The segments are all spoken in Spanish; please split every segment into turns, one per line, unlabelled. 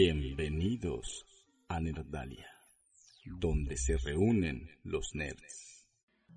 Bienvenidos a Nerdalia, donde se reúnen los nerds.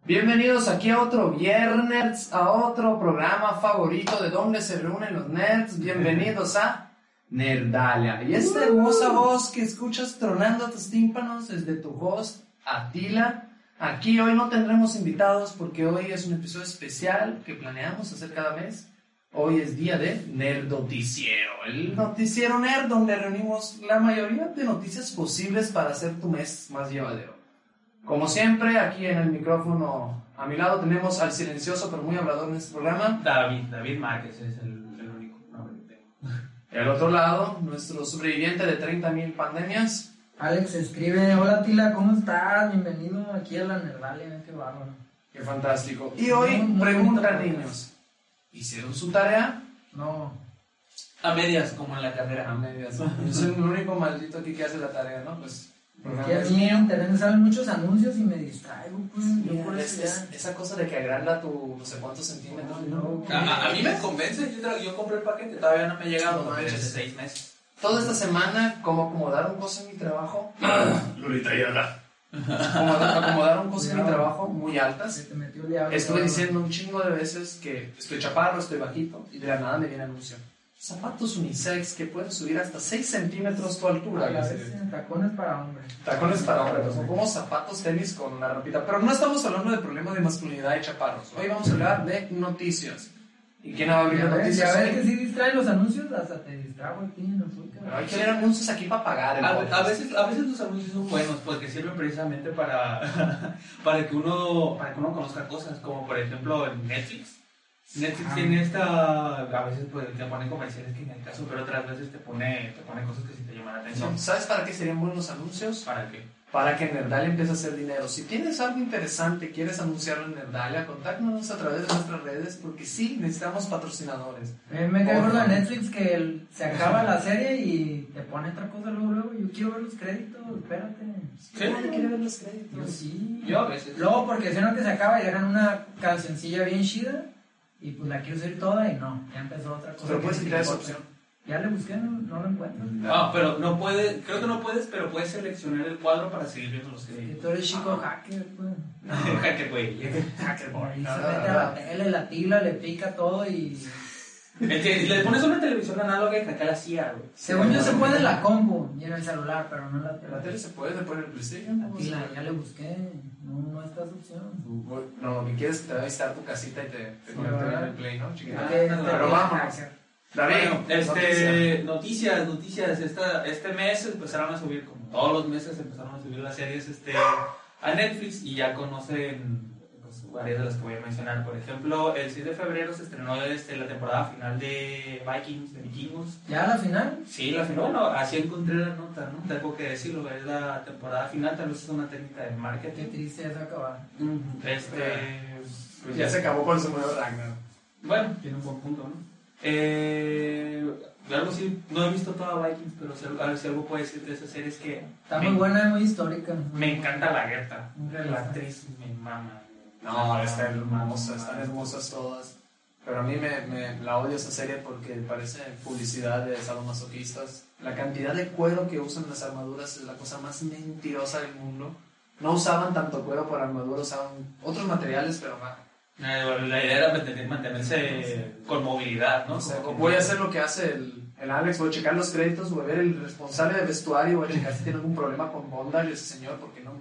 Bienvenidos aquí a otro viernes, a otro programa favorito de donde se reúnen los nerds. Bienvenidos a Nerdalia. Y esta hermosa voz que escuchas tronando tus tímpanos es de tu host, Atila. Aquí hoy no tendremos invitados porque hoy es un episodio especial que planeamos hacer cada mes. Hoy es día de Nerdoticiero, el noticiero nerd donde reunimos la mayoría de noticias posibles para hacer tu mes más llevadero. Como siempre, aquí en el micrófono a mi lado tenemos al silencioso pero muy hablador en este programa.
David, David Márquez es el, el único nombre que tengo.
Y al otro lado, nuestro sobreviviente de 30.000 pandemias.
Alex escribe, hola Tila, ¿cómo estás? Bienvenido aquí a la Nerdalia, qué bárbaro.
Qué fantástico. Y hoy
Muy
pregunta,
bonito,
niños, ¿hicieron su tarea?
No,
A medias, como en la
A
carrera.
medias. Yo soy el único maldito aquí que hace la tarea, ¿no? Pues...
porque a mí en internet salen muchos anuncios y me distraigo, pues, yo por
Es-
eso
es-
ya.
esa cosa de que agranda tu no sé cuántos centímetros.
No, no.
A, a- a mí me convence, yo, tra- yo compré el paquete, todavía no me ha llegado,
No
no desde
manches.
seis meses.
Toda esta semana, como acomodaron cosas en mi trabajo,
Lolita Ayala.
acomodaron, acomodaron cosas en mi
Cuidado.
trabajo muy
Se
altas.
te metió el diablo.
Estuve diciendo un chingo de veces que estoy chaparro, estoy bajito, y de la nada me viene anuncio. Zapatos unisex que pueden subir hasta 6 centímetros tu altura.
A la vez en tacones para hombres.
Tacones para hombres, son como zapatos tenis con una ropita. Pero no estamos hablando de problemas de masculinidad y chaparros. Hoy vamos a hablar de noticias. ¿Y quién va a abrir
Ya
las
ves, ya
noticias?
ves
hoy?
que sí distraen los anuncios, hasta te distrajo el tío,
Pero
nosotros.
hay que ver anuncios aquí para pagar. el
A,
podcast.
a veces, a veces los anuncios son buenos porque sirven precisamente para, para, que uno, para que uno conozca cosas, como por ejemplo en Netflix. Netflix
Ah.
tiene esta, a veces pues, te pone comerciales que en el caso, pero otras veces te pone, te pone cosas que sí te llaman la atención.
¿Sabes para qué serían buenos anuncios?
¿Para qué?
Para que Nerdalia empiece a hacer dinero. Si tienes algo interesante, quieres anunciarlo en Nerdalia, contáctanos a través de nuestras redes porque sí, necesitamos patrocinadores.
A mí me cae
Por
gordo de
favor.
Netflix que el- se acaba la serie y te pone otra cosa luego, luego. Yo quiero ver los créditos, espérate.
Nadie quiere ver los
Yo
créditos.
sí.
Yo a veces.
Luego, porque si no que se acaba y dejan una cancioncilla bien chida y pues la quiero oír toda y no, ya empezó otra cosa.
Pero
que
puedes
sí
quitar esa
importa.
opción.
Ya le busqué, no, no lo encuentro.
Ah, pero no puedes, creo que no puedes, pero puedes seleccionar el cuadro para seguir viendo los
Que
que
tú eres chico hacker, pues.
Jaque, güey.
Y se
no, no,
mete a
no.
la tele, la tila, le pica todo y...
El que le pones una televisión análoga y acá la hacía, güey.
Según yo se
no,
puede
no.
en la combo y en el celular, pero no en la
En la tele
tele.
se puede, se pone el PlayStation.
La
¿cómo se
tila,
puede?
ya le busqué, no, no está esa opción.
Bueno, No, lo que quieres es que te va a visitar tu casita y te, te
Sí,
conecta
¿verdad?
en el play, ¿no? Chiquita. Pues,
Ah,
Que este
no,
tila
pero vamos.
hacker.
Bueno,
noticia.
este, noticias, noticias. Esta, este mes empezaron a subir, como todos los meses empezaron a subir las series este, a Netflix y ya conocen pues, varias de las que voy a mencionar. Por ejemplo, el 6 de febrero se estrenó este, la temporada final de Vikings, de Vikingos.
Ya a la final,
Sí, la final, bueno, así encontré la nota, ¿no? Tengo que decirlo, es la temporada final, tal vez es una técnica de
qué
marketing.
triste es acabar.
Ujú, Este,
Pues ya se acabó con su nuevo Ragnar.
bueno, tiene un buen punto, ¿no? Eh, algo sí, no he visto toda Vikings, pero si algo, si algo puedo decir de esa serie es que
Está
me,
muy buena, muy histórica.
me encanta la guerra.
Un
La
relato.
actriz me mama.
No, están hermosas, están hermosas todas. Pero a mí me, me- la odio esa serie porque parece publicidad de sadomasoquistas. La cantidad de cuero que usan las armaduras es la cosa más mentirosa del mundo. No usaban tanto cuero para armadura, usaban otros materiales, pero ma-
Eh, bueno, La idea era mantener- mantenerse con movilidad, ¿no?
no sé.
Como que-
Voy a hacer lo que hace el, el Alex, voy a checar los créditos, voy a ver el responsable de vestuario, voy a checar si tiene algún problema con bondage ese señor, porque no.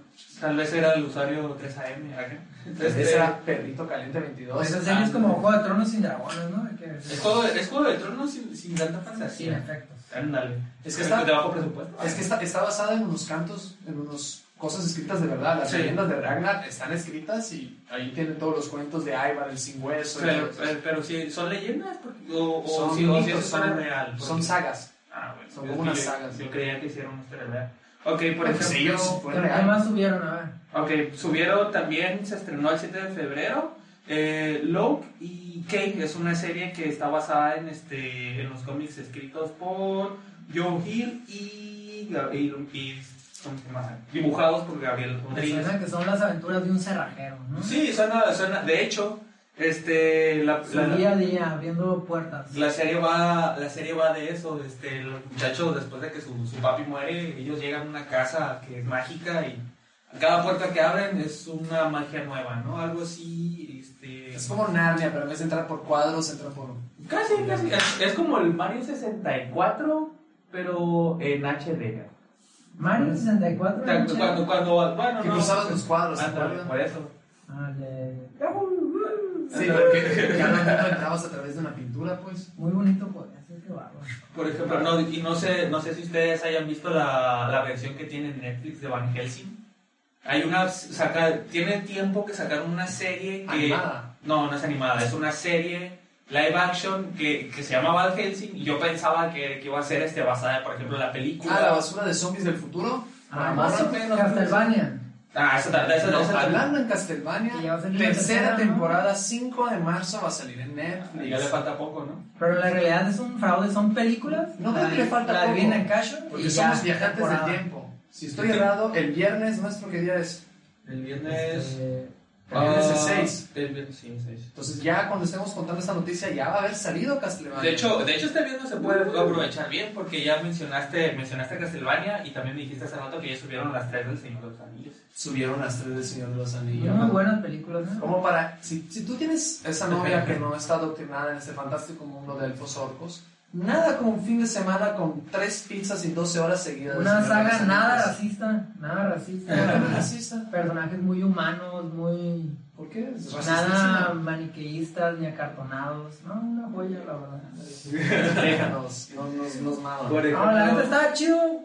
Tal vez era el usuario 3AM, acá. Este-
Ese era Perrito Caliente
Pues,
22.
Esa serie es como Juego de Tronos sin dragones, ¿no? Hay que
Es juego de, es juego de tronos sin, sin tanta
Sin
fantasía.
efectos.
Ándale.
Es que está-
de bajo presupuesto. Ah,
Es que está, está basada en unos cantos, en unas cosas escritas de verdad. Las
Sí.
leyendas de Ragnar están escritas y ahí tienen todos los cuentos de Ivar, el sin hueso. y
Pero,
todo eso.
pero, pero si son leyendas, porque- o, o
Son
si, o si
mitos,
es historia
son-
real. porque-
Son sagas.
ah, bueno,
son
es
como
que
unas
yo-
sagas.
Yo creía que hicieron una historia real. Ok, por
Pues sí,
ejemplo.
es-
¿Pero ¿Qué más subieron? A ver.
Ok, subieron también, se estrenó el 7 de febrero. Eh, Locke y Kane es una serie que está basada en, este, en los cómics escritos por Joe Hill y Gabriel y- ¿cómo se llama? dibujados por Gabriel
Me
Rodríguez.
suena que son las aventuras de un cerrajero, ¿no?
Sí, suena, suena. De hecho, Este, la,
Su
la-
día a día, abriendo puertas.
la serie va, la serie va de eso, de este, los muchachos después de que su, su papi muere, ellos llegan a una casa que es mágica y cada puerta que abren es una magia nueva, ¿no? Algo así, este...
Es como Narnia, pero en vez de entrar por cuadros, entra por...
Casi, casi. Es, es como el Mario 64, pero en HD.
Mario 64.
Cuando,
¿no?
cuando, cuando- bueno,
Que
no,
cruzabas
pues,
los cuadros, ¿te
ándale,
acuerdas?
por eso.
Ah, le-
Sí, porque cada uno entrabas a través de una pintura, pues.
Muy bonito poder hacer que barro.
Por ejemplo, no, y no sé, no sé si ustedes hayan visto la, la versión que tiene Netflix de Van Helsing. Hay una, saca, tiene tiempo que sacaron una serie
Ah,
que...
Animada.
No, no es animada, es una serie live action que, que se llama Van Helsing y yo pensaba que, que iba a ser este, basada, por ejemplo, en la película.
Ah, la basura de zombies del futuro.
Ah,
más o menos.
Castlevania.
Ah, esa, esa, esa,
No,
esa-
hablando en
Y ya va
Castlevania,
a salir
tercera
la tercera, ¿no?
temporada, 5 de marzo va a salir en
Y ya le
Netflix.
falta poco, ¿no?
Pero la realidad es un fraude, son películas.
No creo
la,
que le falta
la
poco.
adivina en Casho y
Porque
ya,
somos viajantes
temporada.
del tiempo. Si estoy errado, el viernes, ¿nuestro qué día es?
El viernes.
Este,
el viernes es
ah,
seis.
El viernes sí, seis.
Entonces ya cuando estemos contando esta noticia ya va a haber salido Castlevania.
De hecho, de hecho este viernes se puede aprovechar bien porque ya mencionaste, mencionaste Castlevania y también me dijiste hace rato que ya subieron las tres del Señor de los Anillos.
subieron las tres del Señor de los Anillos.
muy buenas películas, ¿no?
Como para, si, si tú tienes esa novia que no está adoctrinada en este fantástico mundo de elfos orcos, nada como un fin de semana con tres pizzas y 12 horas seguidas.
Una
de Señor de los
saga nada
Anillos.
racista, nada
¿Por qué
racista.
racista?
Personajes muy humanos, muy.
¿Por qué es
Nada
racista?
maniqueístas ni acartonados. No, una joya, la verdad.
Déjanos, no nos, nos maman.
Por
No, la neta
ejemplo,
estaba chido.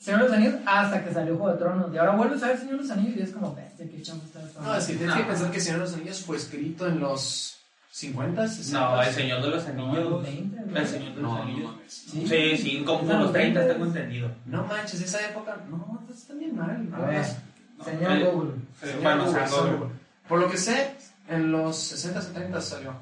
Señor de los Anillos, hasta que salió Juego de Tronos. Y ahora vuelves a ver Señor de los Anillos y es como, bestia, qué chamba está esto.
No, es que tienes que
No.
pensar que Señor de los Anillos fue escrito en los 50, 60.
no, el Señor de los
No,
Anillos.
veinte,
El Señor de los
No, no
Anillos.
mames.
Sí.
Sí, sí, como por los 30 tengo entendido.
No manches, esa época. No, estás también mal.
A
gordas.
ver,
eh,
señor Google.
Eh,
Señor
Bueno, o sea,
Google,
no-
Google. Por lo que sé, en los 60, 70 salió.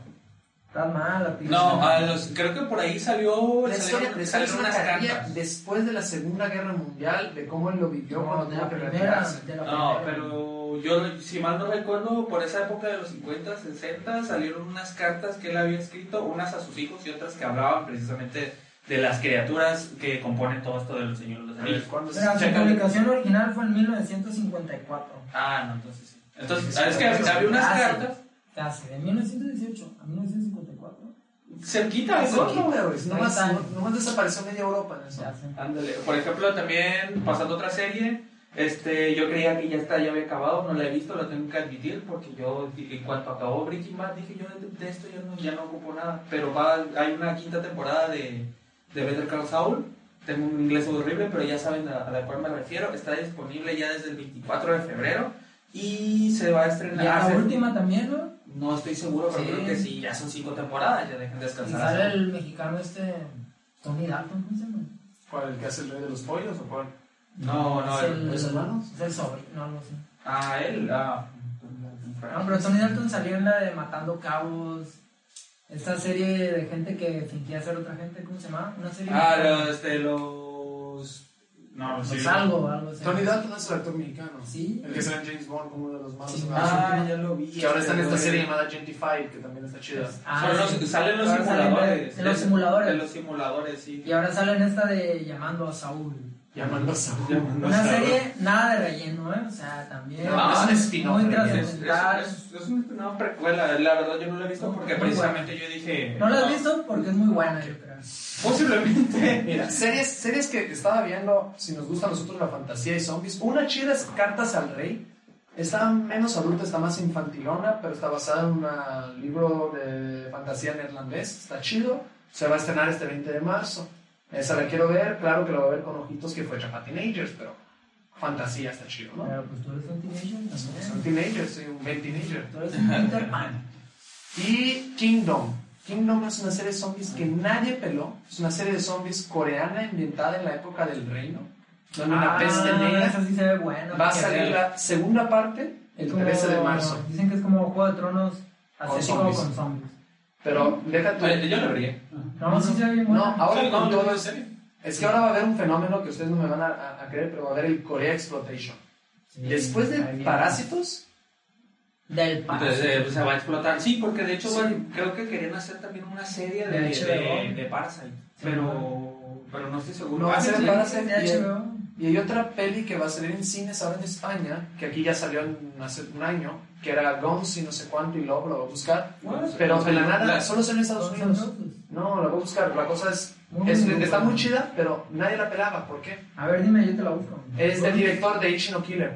Estás mal, la
no, a los- creo que por ahí
Pues,
salió.
La historia
salieron-
principal es
salieron
una
unas
carrilla
cartas.
después de la Segunda Guerra Mundial, de cómo él lo vivió cuando
de
tenía
la
que
primera.
retirarse.
De la
No,
primera.
pero yo, si mal no recuerdo, por esa época de los 50, 60, salieron unas cartas que él había escrito, unas a sus hijos y otras que hablaban precisamente de las criaturas que componen todo esto de los señores de los anillos.
¿Cuándo se-
Mira, su
Chécale.
publicación original fue en 1954.
Ah, no, entonces sí. Entonces, ¿sabes que Había unas
Ah, sí.
cartas
Casi, de 1918 a 1954.
cerquita de
Se
corto.
quita, güey. Nomás,
Ahí está.
no- nomás desapareció media Europa en eso.
Ya sé.
Ándale. Por ejemplo, también pasando a otra serie, este, yo creía que ya está, ya había acabado, no la he visto, la tengo que admitir, porque yo en cuanto acabó Breaking Bad dije yo de esto ya no, ya no ocupo nada. Pero va, hay una quinta temporada de, de Better Call Saul. Tengo un inglés horrible, pero ya saben a, a la cual me refiero. Está disponible ya desde el 24 de febrero y se va a estrenar.
Y a
Ah, se-
la última también, ¿no?
No estoy seguro, pero
Sí.
creo que sí, ya son cinco temporadas, ya dejen
Y
descansar. a
sale
Saul.
el mexicano este Tony Dalton, ¿cómo se llama?
¿Cuál? ¿El que hace el rey de los pollos o cuál?
No, no,
es
el-
el,
¿los hermanos?
Es el sobrino, algo así.
Ah, él, ah.
No, pero Tony Dalton salió en la de Matando Cabos. Esta serie de gente que fingía ser otra gente, ¿cómo se llama? Una serie.
Ah, los, este, los... No, no
Pues
sé.
algo, algo así.
Tony Dalton es el actor mexicano.
Sí.
El que sale en James Bond como uno de los malos.
Sí.
Ah, ya lo vi.
que ahora está en esta
güey.
serie llamada Gentified, que también está chida.
Ah,
Son los-
sí.
salen los
Ahora salen
simuladores.
en los simuladores.
En los simuladores, sí.
Y ahora sale en esta de Llamando a Saúl.
Llamando a Saúl.
Llamando
Una
a Saúl.
serie nada de relleno, ¿eh? O sea, también.
Ah,
No, es un spin-off,
Muy
¿no?
Es, es,
trascendental.
es- es una precuela, la verdad yo no la he visto porque
Muy
precisamente yo dije...
No la has visto porque es muy buena, yo creo.
Posiblemente.
Mira, series, series que estaba viendo, si nos gusta a nosotros la fantasía y zombies, una chida es Cartas al Rey. Está menos adulta, está más infantilona, pero está basada en un libro de fantasía neerlandés. Está chido. Se va a estrenar este 20 de marzo. Esa la quiero ver, claro que la voy a ver con ojitos que fue para Teenagers, pero fantasía está chido, ¿no?
Pero pues tú eres un teenager
Soy un
también.
teenager, soy un buen teenager.
Tú eres un Peter Pan.
Y Kingdom. Kingdom es una serie de zombies que nadie peló. Es una serie de zombies coreana ambientada en la época del reino. Donde una
Ah,
peste negra.
Esa sí se ve buena.
Va a
porque
salir la segunda parte el
como-
13 de marzo.
Dicen que es como Juego de Tronos asiático
zombies.
con zombies.
Pero deja tu...
Yo la vería.
No, sí se ve bien
No,
buena.
ahora
Sí,
con
no, yo
todo
la
es-
serie.
Es que ahora va a haber un fenómeno que ustedes no me van a, a- a creer, pero va a haber el Korea Exploitation.
Sí,
Después de
ahí viene.
Parásitos,
Del paso.
Entonces eh, pues, se va a explotar. Sí, porque de hecho,
Ah, Sí.
bueno, creo que querían hacer también una serie de,
De
de,
HBO.
de Parasite. Pero, pero no estoy seguro.
No va a
Ah,
ser
sí,
Parasite.
de HBO.
Y hay otra peli que va a salir en cines ahora en España, que aquí ya salió en- hace un año, que era Gons y no sé cuánto y luego la voy a buscar.
Bueno,
Pero de la nada,
la-
solo salió en Estados Unidos. No, la voy a buscar. La cosa es, es- está muy chida, pero nadie la pelaba. ¿Por qué?
A ver, dime, yo te la busco.
Es del director de Ichi no Killer.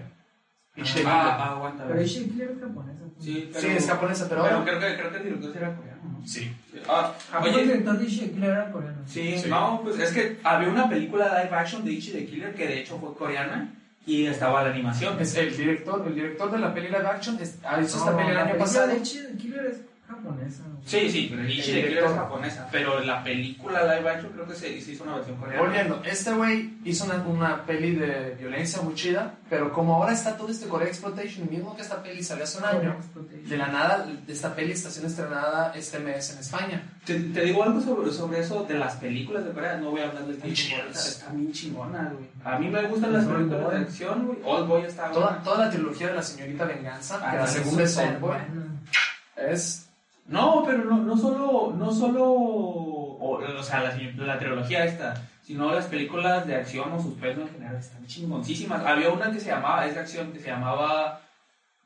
Ichi the
Ah,
Killer.
ah, aguanta.
Pero es Shakespeare es japonesa. pues.
Sí, pero,
Sí, es japonesa, pero
pero
ahora...
creo, que, creo que el director sí era coreano, ¿no?
Sí.
Ah,
¿A poco el
oye,
director de Shakespeare era coreano?
sí,
Sí.
no, pues es que había una película live action de Ichi the Killer que de hecho fue coreana y estaba la animación.
Es el director, el director de la peli live action es, ah, hizo esta
No,
peli el
la
año
película
pasado.
de Shakespeare es japonesa. güey.
Sí, sí, pero Ichi
El
the Killer
director.
es japonesa, pero la película live action creo que se, se hizo una versión coreana.
Volviendo, este güey hizo una, una peli de violencia muy chida, pero como ahora está todo este Korea Exploitation, mismo que esta peli salió hace un año,
pues,
de la nada, esta peli está siendo estrenada este mes en España.
Te, te digo algo sobre, sobre eso de las películas de Corea, no voy a hablar del
Muy
tiempo,
chidas.
ahorita, está bien chingona, güey. A mí me gustan las
Old
películas de
Boy.
acción, güey. Old Boy está
Toda,
buena.
toda la trilogía de la señorita Venganza,
Ah,
que la
sí,
segunda es
Súper
Oldboy,
buena.
es...
No, pero no, no solo, no solo, o, o sea, la, la trilogía esta, sino las películas de acción o suspenso en general están chingoncísimas. Había una que se llamaba, es de acción, que se llamaba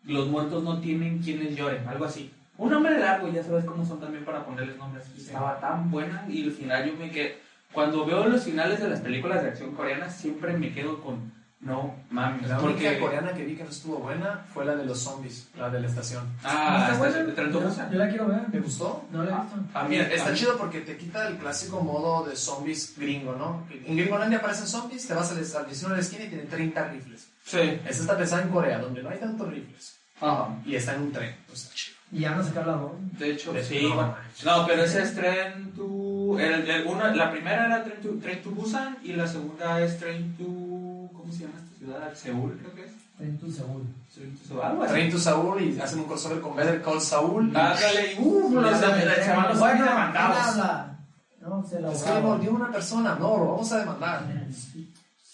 Los muertos no tienen quienes lloren, algo así. Un nombre largo, ya sabes cómo son también para ponerles nombres. Y estaba tan buena y al final yo me quedé, cuando veo los finales de las películas de acción coreanas, siempre me quedo con, no mames,
La única
porque...
coreana que vi que no estuvo buena fue la de los zombies, la de la estación.
Ah,
¿No está
esta- Ah,
buena?
Tren to Busan.
Yo la quiero ver.
¿Te gustó?
No la he visto.
A mí-
Mira, está
a mí-
chido porque te quita el clásico modo de zombies gringo, ¿no? En Gringolandia aparecen zombies, te vas al al vecino de la esquina y tiene 30 rifles.
Sí.
Esta está pensada en Corea, donde no hay tantos rifles.
Ajá.
Y está en un tren. Pues está chido.
Y ya no sacar la dos.
De hecho,
De
sí.
hecho, no.
bueno. No, pero ese es Tren to... el- el- uno- la primera era Tren to, Tren to Busan y la segunda es Tren to... ¿Cómo se llama esta ciudad? Seúl, creo que es.
En tu seguro.
Tren to Seúl, algo así.
Traen tu Saúl y hacen un crossover con Better Call Saúl.
Ándale, y, uh, los se van los zombies demandados.
nada. No, se la
Es que le
borraron.
mordió una persona. No, lo vamos a demandar.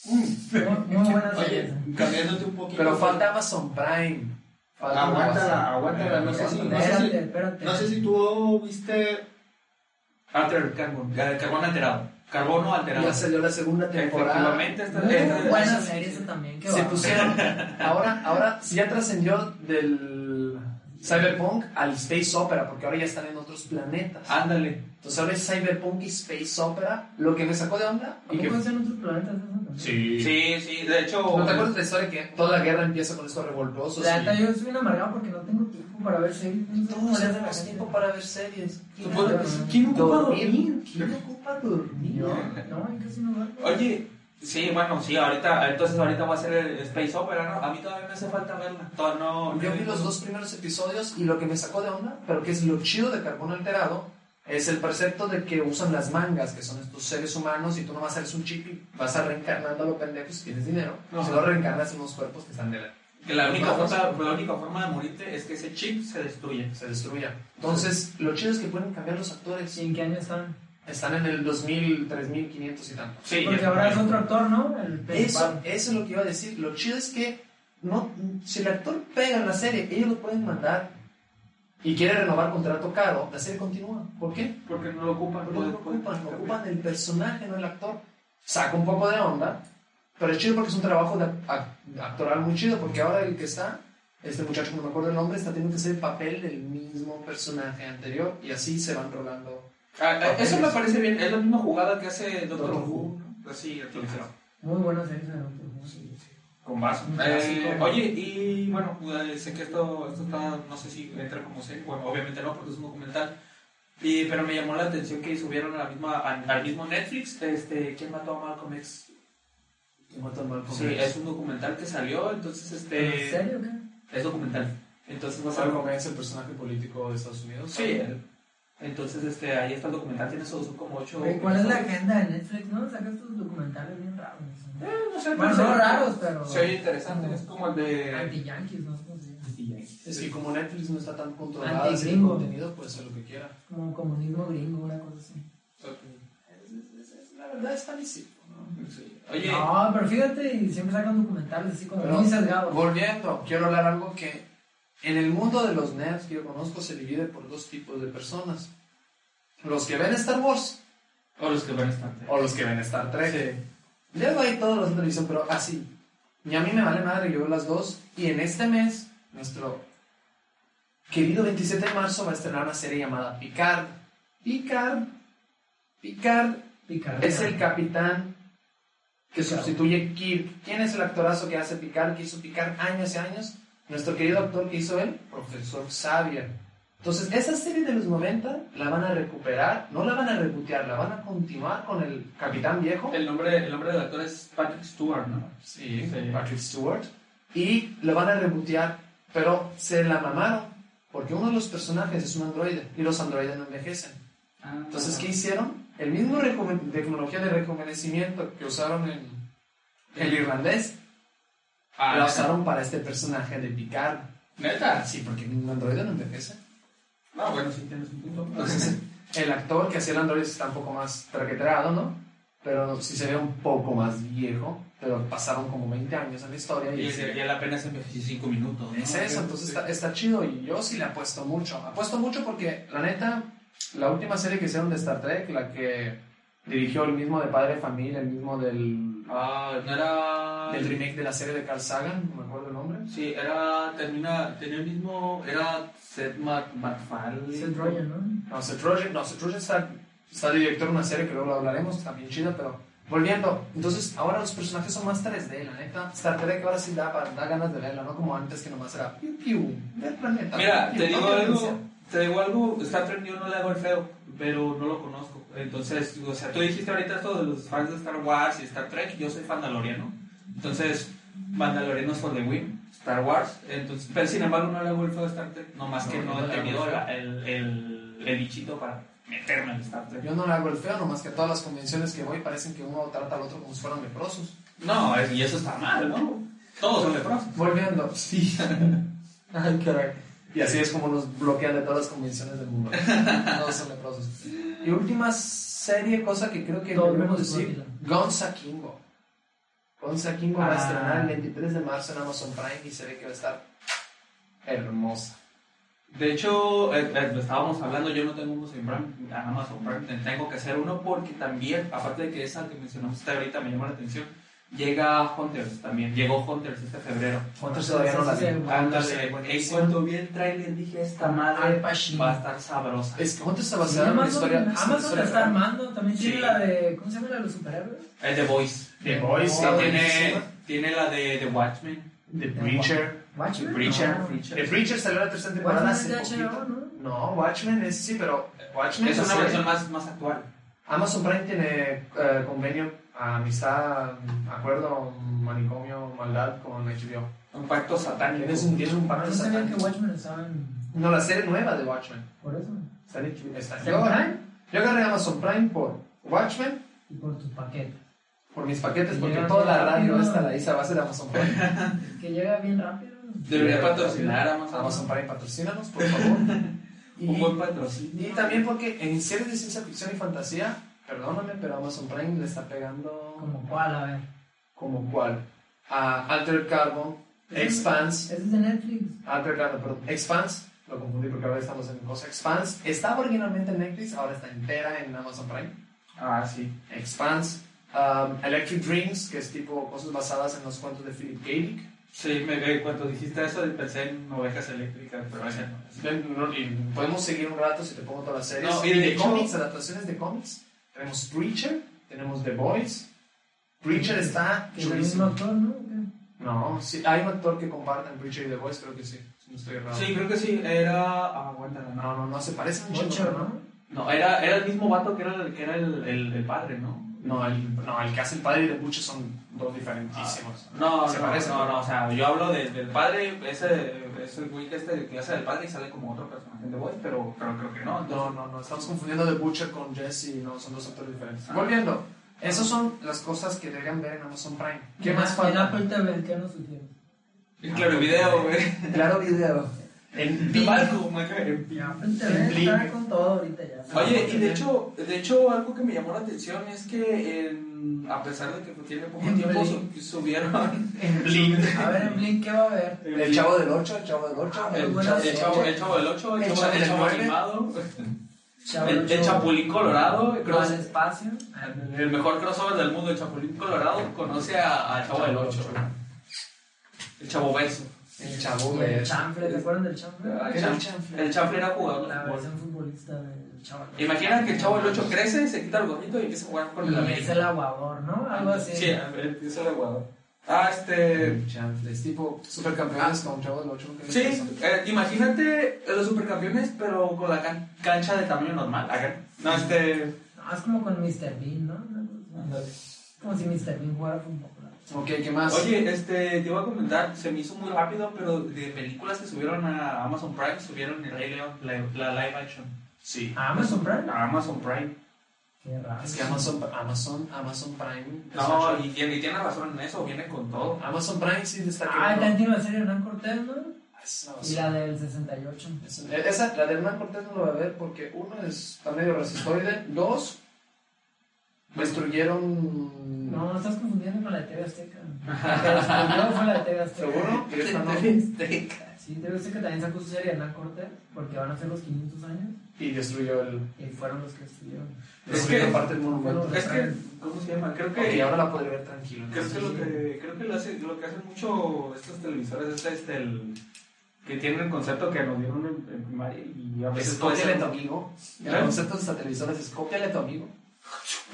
Muy muy buena
Oye,
serie.
cambiándote un poquito.
Pero falta Amazon Prime. Falta
Aguántala,
Amazon.
aguántala, no sé si-
aguántala.
no sé
Espérate, espérate.
No sé si tú viste... Alter Carbon, eh, carbón alterado. Carbono alterado.
Ya salió la segunda temporada.
Efectivamente, esta
Muy
esta-
buena serie esa también. qué
Se
pues,
va.
pusieron. Ahora, ahora ya trascendió del Cyberpunk al Space Opera, porque ahora ya están en otros planetas.
Ándale.
Entonces ahora es Cyberpunk y Space Opera. Lo que me sacó de onda.
¿A poco hacen otros planetas eso también?
Sí.
Sí, sí, de hecho...
¿No te acuerdas de la historia que toda la guerra empieza con estos
pues,
revoltosos?
La
y-
neta, yo soy un amargado porque no tengo tiempo para ver series. No sé cómo
Todos
le hace la
tenemos
gente.
tiempo para ver series.
¿Quién ocupa dormir?
¿Quién ocupa dormir?
¿Dormir? ¿Quién ocupa dormir?
Yo, no, yo casi no duermo.
Oye, sí, bueno, sí, ahorita, entonces ahorita va a ser el Space Opera, ¿no? A mí todavía me hace falta verla. To- No,
Yo
no-
vi los dos primeros episodios y lo que me sacó de onda, pero que es lo chido de Carbono Alterado, es el precepto de que usan las mangas, que son estos seres humanos, y tú nomás eres un chip y vas a reencarnando a los pendejos, tienes dinero, y
Ajá.
se lo reencarnas en unos cuerpos que están de la
Que la única,
Vamos.
forma, la única forma de morirte es que ese chip se destruye.
se destruya. Entonces, lo chido es que pueden cambiar los actores.
¿Y en qué año están?
Están en el 2000, 3500 y tanto.
Sí,
Porque
ya-
ahora es otro actor, ¿no? El
Eso,
principal.
eso es lo que iba a decir. Lo chido es que no, si el actor pega en la serie, ellos lo pueden mandar y quiere renovar contrato caro, la serie continúa. ¿Por qué?
Porque no lo ocupan.
Porque no lo ocupan, lo ocupan el personaje, no el actor. Saca un poco de onda, pero es chido porque es un trabajo de ac- actoral muy chido, porque ahora el que está, este muchacho, no me acuerdo el nombre, está teniendo que hacer el papel del mismo personaje anterior y así se van rolando.
Ah, ah, eso me parece bien, es la misma jugada que hace Doctor
Doctor
Who. ¿no? Así, actualizado.
Muy buena serie de Doctor Who.
Con vaso.
Un
Eh,
clásico.
oye, y bueno, eh, sé que esto, esto está, no sé si entra como serie, bueno, obviamente no, porque es un documental. Y, pero me llamó la atención que subieron a la misma, al, al mismo Netflix, este, ¿Quién mató a Malcolm X?
Y matan mal
Sí, es un documental que salió, entonces
¿En
este...
serio o qué?
Es documental. Entonces va a ser...
es el personaje político de Estados Unidos?
Sí, el- entonces este, ahí está el documental, tiene solo son como ocho...
Güey, ¿Cuál es la agenda de Netflix? ¿No? Sacas tus documentales bien raros.
Eh,
¿no?
no sé,
Bueno,
pero
no
se-
raros, pero.
Se oye interesante, es como el de...
Anti-yankees, no sé cómo se llama.
Es que como Netflix no está tan controlada de el
Antigringo.
contenido, puede hacer lo que quiera.
Como comunismo gringo, una cosa así.
La verdad está lícito, ¿no?
Sí. Oye,
No, pero fíjate, y siempre sacan documentales así como
Pero-
muy sesgados.
Volviendo, quiero hablar algo que En el mundo de los nerds que yo conozco se divide por dos tipos de personas. Los que ven Star Wars
O los que van a estar.
o los que ven Star Trek.
Sí.
Luego hay todos los en televisión, pero así. Y a mí me vale madre, yo veo las dos. Y en este mes, nuestro querido 27 de marzo va a estrenar una serie llamada Picard. Picard. Picard
Picard.
es el capitán que sustituye Kirk. ¿Quién es el actorazo que hace Picard? Que hizo Picard años y años. Nuestro querido actor que hizo él, profesor Xavier. Entonces, esa serie de los 90 la van a recuperar, no la van a reputear, la van a continuar con el capitán viejo.
El nombre, el nombre del actor es Patrick Stewart, ¿no?
Sí,
Sí.
Patrick Stewart. Y lo van a rebotear, pero se la mamaron, porque uno de los personajes es un androide y los androides no envejecen.
Ah,
Entonces, ¿qué hicieron? El mismo rejuve- tecnología de rejuvenecimiento que usaron en el irlandés,
Ah,
la
neta.
usaron para este personaje de Picard. Ah,
¿Neta?
Sí, porque ningún androide no envejece.
Ah, bueno, Pues sí tienes un punto.
Entonces, el actor que hacía el androide está un poco más traqueteado, ¿no? Pero sí se ve un poco más viejo, pero pasaron como 20 años en la historia.
Y
Y
el serial apenas envejeció 5 minutos. ¿no?
Es eso, entonces está, está chido y yo sí le apuesto mucho. Apuesto mucho porque, la neta, la última serie que hicieron de Star Trek, la que dirigió el mismo de Padre de Familia, el mismo del,
Ah, no era.
del remake de la serie de Carl Sagan, no me acuerdo el nombre.
Sí, era. Termina, tenía el mismo. Era Seth Mac- MacFarlane.
Seth Rogen, ¿no?
No, Seth Rogen, no, Seth Rogen está, está director de una serie que luego lo hablaremos, también chida, pero volviendo. Entonces, ahora los personajes son más 3D, la neta. Star Trek ahora sí da, para- da ganas de verla, no como antes que nomás era piu piu, del planeta.
Mira,
piu,
te
piu,
digo
no violencia.
algo, te digo algo, Star Trek yo no le hago el feo, pero no lo conozco. Entonces, o sea, tú dijiste ahorita esto de los fans de Star Wars y Star Trek, yo soy mandaloriano. Entonces, mandalorianos for the win, Star Wars. Entonces, pero sin embargo no le hago el feo a Star Trek, nomás que
No,
no
no le
he
hago
tenido
el feo.
la- el, el, el bichito para meterme en Star Trek.
Yo no le hago el feo, nomás que a todas las convenciones que voy parecen que uno trata al otro como si fueran leprosos.
No, es- y eso está mal, ¿no? Todos son leprosos.
Volviendo, sí. Ay, caray. Y así es como nos bloquean de todas las convenciones del mundo. Todos son leprosos. Y última serie, cosa que creo que
Todos
debemos
hemos
decir, Gonza Kingo. Gonza Kingo va a
Ah.
estrenar el 23 de marzo en Amazon Prime y se ve que va a estar hermosa.
De hecho, eh, eh, lo estábamos hablando, yo no tengo uno sin Prime, a Amazon Prime, tengo que hacer uno porque también, aparte de que esa que mencionamos usted ahorita me llamó la atención, llega Hunters también, llegó Hunters este febrero.
Entonces todavía no la
Sí, sí,
vi.
sí.
Ándale, en cuanto vi el trailer dije, esta
Al
madre
Pacino.
va a estar sabrosa.
Es que ¿cuántos se basaron en la
Amazon,
historia?
Amazon la
historia
está
real.
armando. También tiene
Sí.
la de. ¿Cómo se llama la de los superhéroes?
Es The Voice.
The
Sí,
Boys,
tiene, tiene la de The Watchmen,
The Preacher.
Watchmen.
Preacher,
No.
The
Preacher.
Preacher salió la tercera temporada
Watchmen es
hace
de
poquito.
HBO, ¿no?
No, Watchmen es sí, pero Watchmen
Es
la
una
serie.
versión más, más actual.
Amazon Prime tiene eh, convenio, amistad, acuerdo, manicomio, maldad con HBO.
Un pacto satánico.
Tienes un, tienes un pacto
No sabía que
satánico.
Watchmen estaba en.
No, la serie nueva de Watchmen.
Por eso.
Está en HBO. Está en
¿Está en Prime?
Yo agarré Amazon Prime por Watchmen,
Y por tus paquetes.
por mis paquetes,
Y
porque
llegaron
toda la
rápido.
radio esta la hice a base de Amazon Prime.
Que llega bien rápido.
Debería patrocinar a Amazon.
Amazon Prime, patrocínanos, por favor.
Un
Y-
buen patrocinio.
Y también porque en series de ciencia ficción y fantasía, perdóname, pero Amazon Prime le está pegando
Como cuál, a ver.
como cuál. A Alter Carbon, Expanse,
Ese es de Netflix.
Alter Carbon, perdón, Expanse, lo confundí porque ahora estamos en cosa. Expanse estaba originalmente en Netflix, ahora está entera en Amazon Prime.
Ah, sí.
Expanse, um, Electric Dreams, que es tipo cosas basadas en los cuentos de Philip K. Dick.
Sí, me ve cuando dijiste eso pensé en ovejas eléctricas, pero ese no.
Ven, no, y Podemos seguir un rato si te pongo todas las series.
No,
y
y
de,
de hecho-
cómics, adaptaciones de cómics. Tenemos Preacher, tenemos The Boys. Preacher está
Que es el
chulísimo.
mismo actor, ¿no? ¿O qué?
No, sí, hay un actor que comparten Preacher y The Boys, creo que sí. si no estoy errado.
Sí, creo que sí, era. Ah, aguántala, no.
No, no, no, se parecen mucho,
Watcher,
pero no.
¿no?
No, era, era el mismo vato que era el, que era el, el, el padre, ¿no?
No el, no, el que hace el padre y The Butcher son dos diferentísimos.
Ah, No,
se
no,
parecen.
no, no, o sea, yo hablo de- del padre, ese, ese güey que este que hace del padre y sale como otro personaje de voz, pero, pero creo que no.
No,
entonces-
no, no, estamos confundiendo The Butcher con Jesse, no, son dos actores
Ah.
diferentes. Volviendo, esas son las cosas que deberían ver en Amazon Prime.
Ah,
¿Qué
En-
más
En
falta?
Apple TV, ¿qué nos sugieres?
Y claro, video, güey.
Claro Video.
En
Pi.
Balco, nada que ver, en Pi.
Ya, Apple TV
Blim.
está con todo ahorita ya.
Oye, y de hecho, de hecho algo que me llamó la atención es que en- a pesar de que tiene poco
En
tiempo
Blink.
su- subieron
En Blink. A ver, en Blink, ¿qué va a haber?
El chavo del 8, el chavo del 8.
Ah,
el,
bueno,
chavo,
sí.
el chavo- el chavo del 8, el,
El
chavo,
chavo
el
del
chavo
nueve.
animado,
Chavo
el, el
Show.
chapulín colorado, el,
Al
cross-
espacio.
el mejor crossover del mundo, el chapulín colorado, conoce a- al chavo del 8, el chavo verso.
El chavo
Y el
del
chanfle, ¿te acuerdan del chanfle?
Ah,
¿Qué
El
era el
chanfle
chanfle?
el chanfle era jugador de
La
fútbol.
versión futbolista del chavo.
Imagina que el chavo del 8 crece, se quita el gorrito y empieza a jugar con el
Y es el
América.
aguador, ¿no? Algo así.
Sí, empieza el aguador. Ah, este...
Es tipo supercampeones con chavo del 8.
Ah. Sí, eh, imagínate los supercampeones, pero con la can- cancha de tamaño normal. acá. No, este.
No, es como con Mr. Bean, ¿no? Es como si Mr. Bean jugara fútbol.
Ok, ¿qué más?
Oye, este, te iba a comentar, se me hizo muy rápido, pero de películas que subieron a Amazon Prime, subieron El Rey León, la, la live action.
Sí.
¿A Ah, Amazon Prime?
A Amazon Prime.
Qué raro.
es que Amazon, Amazon, Amazon Prime.
No, y tiene, y tiene razón en eso, viene con todo.
Amazon Prime sí está Ah,
Ah, el
queriendo-
cantino de serie Hernán Cortés, ¿no?
Esa, o
Y
sea,
la del 68.
esa- E-, Esa, la de Hernán Cortés no la voy a ver porque uno es, está medio resistoide. Dos, destruyeron.
No, me estás confundiendo con la de TV Azteca. La que descubrió fue la de TV Azteca.
¿Seguro? Que esa no.
Sí, TV Azteca también sacó su serie Hernán Cortés porque van a ser los 500 años
Y destruyó el.
y fueron los que estuvieron.
Es
destruyó
que-
parte del monumento.
Bueno,
Es que, ¿cómo se llama? Creo
Ok,
que.
ahora la podré ver tranquilo.
Creo que lo que, creo que lo, hace- lo que hacen mucho estos televisores es este, el, que tienen el concepto que nos dieron en, en primaria y a veces puede
Escópiale a
ser...
tu amigo. El
¿Eh?
concepto de esta televisora es escópiale a tu amigo.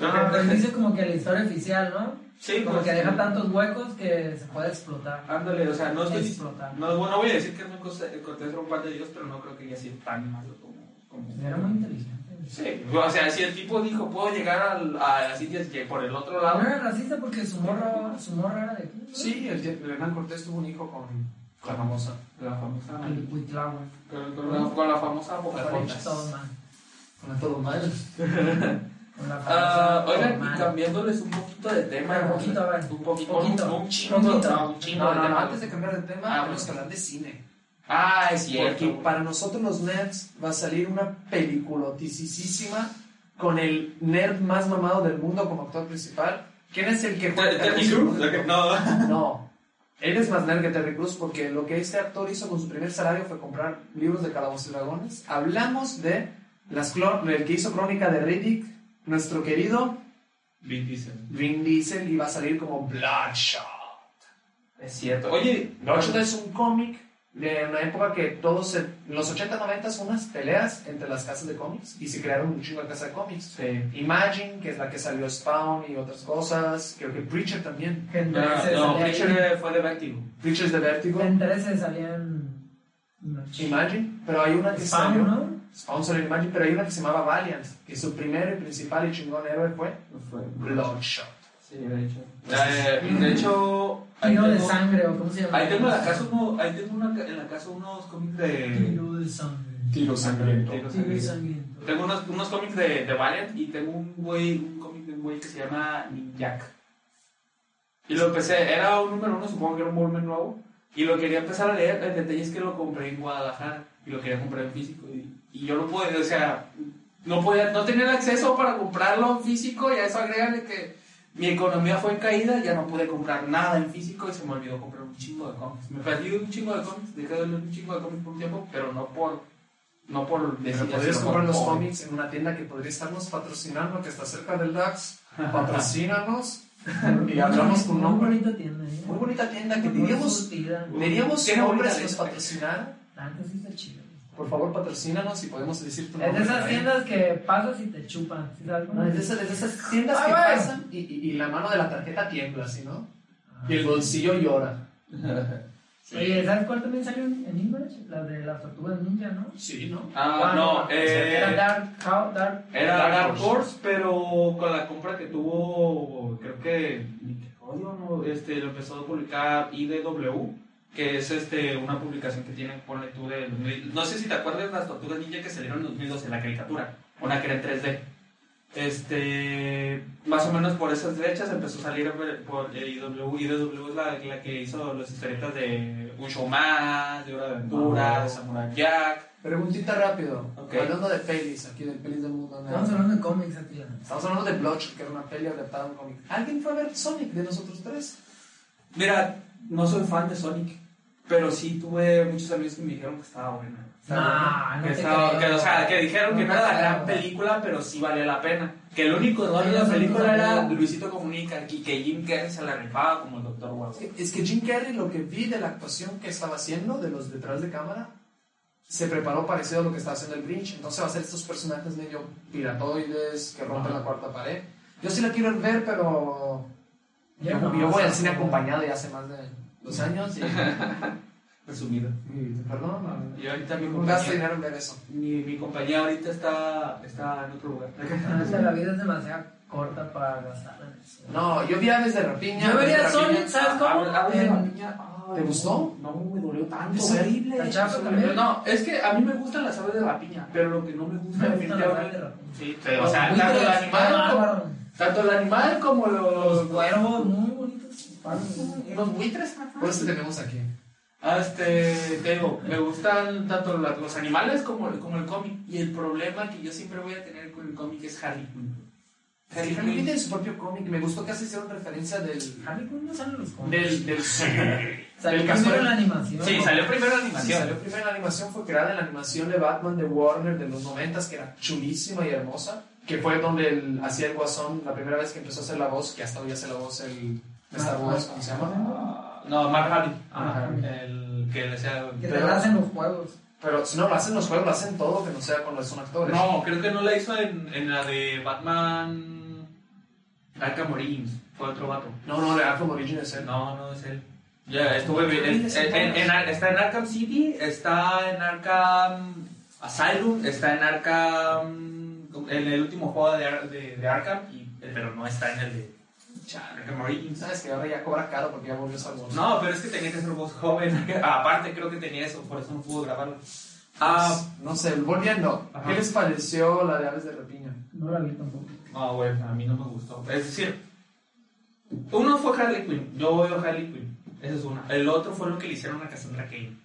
No,
Pero
no,
pero
no,
dice como que la historia oficial, ¿no?
Ah, sí,
Como
pues,
que deja tantos huecos que se puede explotar.
Ándale, o sea, no estoy...
Explotar.
No, bueno, no voy a decir que es un conse- Cortés era un par de dios, pero no creo que haya sido tan malo como... como-
Era muy inteligente.
Sí, o sea, si el tipo dijo, puedo llegar al, a las Indias que por el otro
No
lado...
era racista porque su morra, su morra era de aquí. ¿no?
Sí, el, el Hernán Cortés tuvo un hijo con, con la famosa.
La famosa...
Ah, El Cuitlahua.
Con, con la, con la famosa Pocahontas.
Todo mal.
Con todo mal.
Con la
Ah,
famosa
oigan,
Omar.
y cambiándoles un poquito de tema,
Un poquito, a ver.
Un poquito,
Poquito.
un, un chingo,
Poquito.
no, un chingo
No,
de
no, no,
tema.
antes de cambiar de tema,
Ah,
tenemos
bueno.
que hablar de cine.
Ah, es
Porque
cierto.
para nosotros los nerds va a salir una peliculotisísima con el nerd más mamado del mundo como actor principal. ¿Quién es el que
Ter-
juega?
Terry Crews, la que- No,
No. Él es más nerd que Terry Cruz porque lo que este actor hizo con su primer salario fue comprar libros de Calabozos y Dragones. Hablamos de las clon- el que hizo Crónica de Riddick, nuestro querido
Vin Diesel.
Vin Diesel iba a salir como Bloodshot.
Es cierto. Oye,
Bloodshot es un cómic de una época que todos, se- los 80, 90 son unas peleas entre las casas de cómics y se crearon un chingo de casas de cómics.
Sí.
Imagine, que es la que salió Spawn y otras cosas. Creo que Preacher también.
Gente
Ah,
se
no,
salía ahí.
Preacher fue de Vertigo.
Preacher es de Vertigo.
Gente se salían. no,
Imagine, pero hay una que salió.
Spam, ¿no?
Spawn salió en Imagine, pero hay una que se llamaba Valiant, que su primero y principal y chingón héroe fue Bloodshot.
Sí, de hecho. Eh, de hecho, ahí
Tiro de
tengo,
sangre, o cómo se llama.
ahí tengo en la casa uno, ahí tengo una, ca- en la casa unos cómics de.
Tiro de sangre.
Tiro
Tiro
Tiro
sangriento.
sangriento.
Tengo unos, unos cómics de, de Valiant y tengo un güey, un cómic de un güey que se llama Ninjak. Y lo empecé, era un número uno, supongo que era un volumen nuevo. Y lo quería empezar a leer, el detalle es que lo compré en Guadalajara y lo quería comprar en físico. Y, y yo no pude, o sea, no podía, no tenía el acceso para comprarlo en físico y a eso agrégale que mi economía fue en caída, ya no pude comprar nada en físico y se me olvidó comprar un chingo de cómics. Me perdí de un chingo de cómics, dejé de leer un chingo de cómics por un tiempo, pero no por... No por
Pero
decir,
podrías
sino
comprar
por
los
pobre.
cómics en una tienda que podría estarnos patrocinando, que está cerca del DAX. Patrocínanos. y hablamos con un
Muy
hombre.
bonita tienda, ¿eh?
Muy bonita tienda que
Muy
diríamos,
surtida.
diríamos
Tiene
nombres
bonita
que nos
letra.
patrocinar.
La neta sí está chida.
Por favor, patrocínanos y podemos decir tu
Es de
nombre.
esas tiendas que pasas y te chupan. ¿sí sabes
Ah,
cómo?
No, es de esas, es de esas tiendas
Ah,
que
bueno.
pasan y, y- y la mano de la tarjeta tiembla, ¿sí no?
Ah.
Y el bolsillo llora.
Oye, ¿sabes cuál también salió en en inglés? La de las tortugas ninja, ¿no?
Sí, ¿no?
Ah, no,
Era
eh,
Dark, Cow- Dark
era
Dark
Dark
Horse.
Horse, pero con la compra que tuvo, creo que Nickelodeon, ¿no? este, lo empezó a publicar IDW, que es este, una publicación que tienen, ponle tú, de, no sé si te acuerdas de las tortugas ninja que salieron en 2012, la caricatura, una que era en 3D. Este, más o menos por esas fechas empezó a salir por, por el IW. IW es la, la que hizo las historietas de Un Show Más, de Hora de Aventura, de Samurai Jack.
Preguntita rápido.
Ok.
Hablando de pelis, aquí de pelis del mundo.
Estamos
nerd.
hablando de cómics aquí. ¿no?
Estamos hablando de Blotch, que era una peli adaptada a un cómic. ¿Alguien fue a ver Sonic de nosotros tres?
Mira, no soy fan de Sonic, pero sí tuve muchos amigos que me dijeron que estaba buena. Estaba buena.
Nah, Ah, no
que,
te
estaba-
creo.
que, o sea, que dijeron que no
No te
era la gran
creo.
película, pero sí valía la pena. Que el único error de
Sí,
la
no son tus
película era
amigos.
Luisito Comunica y que Jim Carrey se la rifaba como el Dr.
Es
Watson.
que- Es que Jim Carrey, lo que vi de la actuación que estaba haciendo, de los detrás de cámara, se preparó parecido a lo que está haciendo el Grinch. Entonces va a ser estos personajes medio piratoides que rompen la cuarta pared. Yo sí la quiero ver, pero.
Ya
yo,
no,
yo
o
voy
sea,
al cine
no.
acompañado ya hace más de dos años y.
Presumido.
y- perdón,
Y ahorita mi
no gasto
compañía,
dinero en ver eso.
mi, mi compañía ahorita está, está en otro lugar.
Es que La vida es demasiado corta para gastar en eso.
No, yo vi aves de rapiña.
Yo vería
Aves de Rapiña.
Sonic, ¿sabes cómo?
A- a- a-
En-
a-
¿Te gustó?
Ah, No, me dolió tanto.
Es
güey.
horrible.
Está chafa
Eso
también.
me- No, es que a mí me gustan las aves de la piña, pero lo que no me gusta
Me gustan las aves
definitivamente.
de rapiña.
Sí,
Pero-
o sea,
Los
tanto el
buitres,
animal como,
bárbaro.
tanto el animal como
Los
los,
cuervos, muy bonitos.
los buitres. ajá.
Por eso te tenemos aquí.
Ah, Este, te digo, me gustan tanto la- los animales como, como el cómic. Y el problema que yo siempre voy a tener con el cómic es Harley Quinn.
Harley Quinn tiene su propio cómic. Me gustó que hicieron referencia del.
Harley Quinn no salen los cómics.
Del, del,
Salió
del
primero
castor.
la animación.
Sí,
¿no?
salió primero la
Sí,
animación.
salió primero la animación, fue creada en la animación de Batman de Warner de los 90 que era chulísima y hermosa, que fue donde él hacía el guasón la primera vez que empezó a hacer la voz, que hasta hoy hace la voz el de Star Wars, ¿cómo se llama?
Ah, No, Mark Hardy.
Ajá.
El que le sea.
Que te la hacen los juegos.
Pero si no lo hacen los juegos, lo hacen todo que no sea cuando son actores.
No, creo que no la hizo en, en la de Batman. Arkham Origins. Fue otro vato.
no, no, de Arkham Origins, él.
No, no es él. Ya, estuve vi- es- en- en- en- está en Arkham City, está en Arkham Asylum, está en Arkham. En el último juego de, Ar- de, de Arkham, y- pero no está en el de Chale, Arkham Origins.
Sabes que ahora ya cobra caro porque ya volvió a ser voz.
No, pero es que tenía que ser voz joven. Aparte, creo que tenía eso, por eso no pudo grabarlo. Ah,
no sé, volviendo,
Ajá.
¿qué les pareció la de Aves de Rapiña?
No la vi tampoco.
no, güey, a mí no me gustó. Es decir, uno fue Harley Quinn. Yo veo Harley Quinn. Esa es una. El otro fue lo que le hicieron a Cassandra Kane.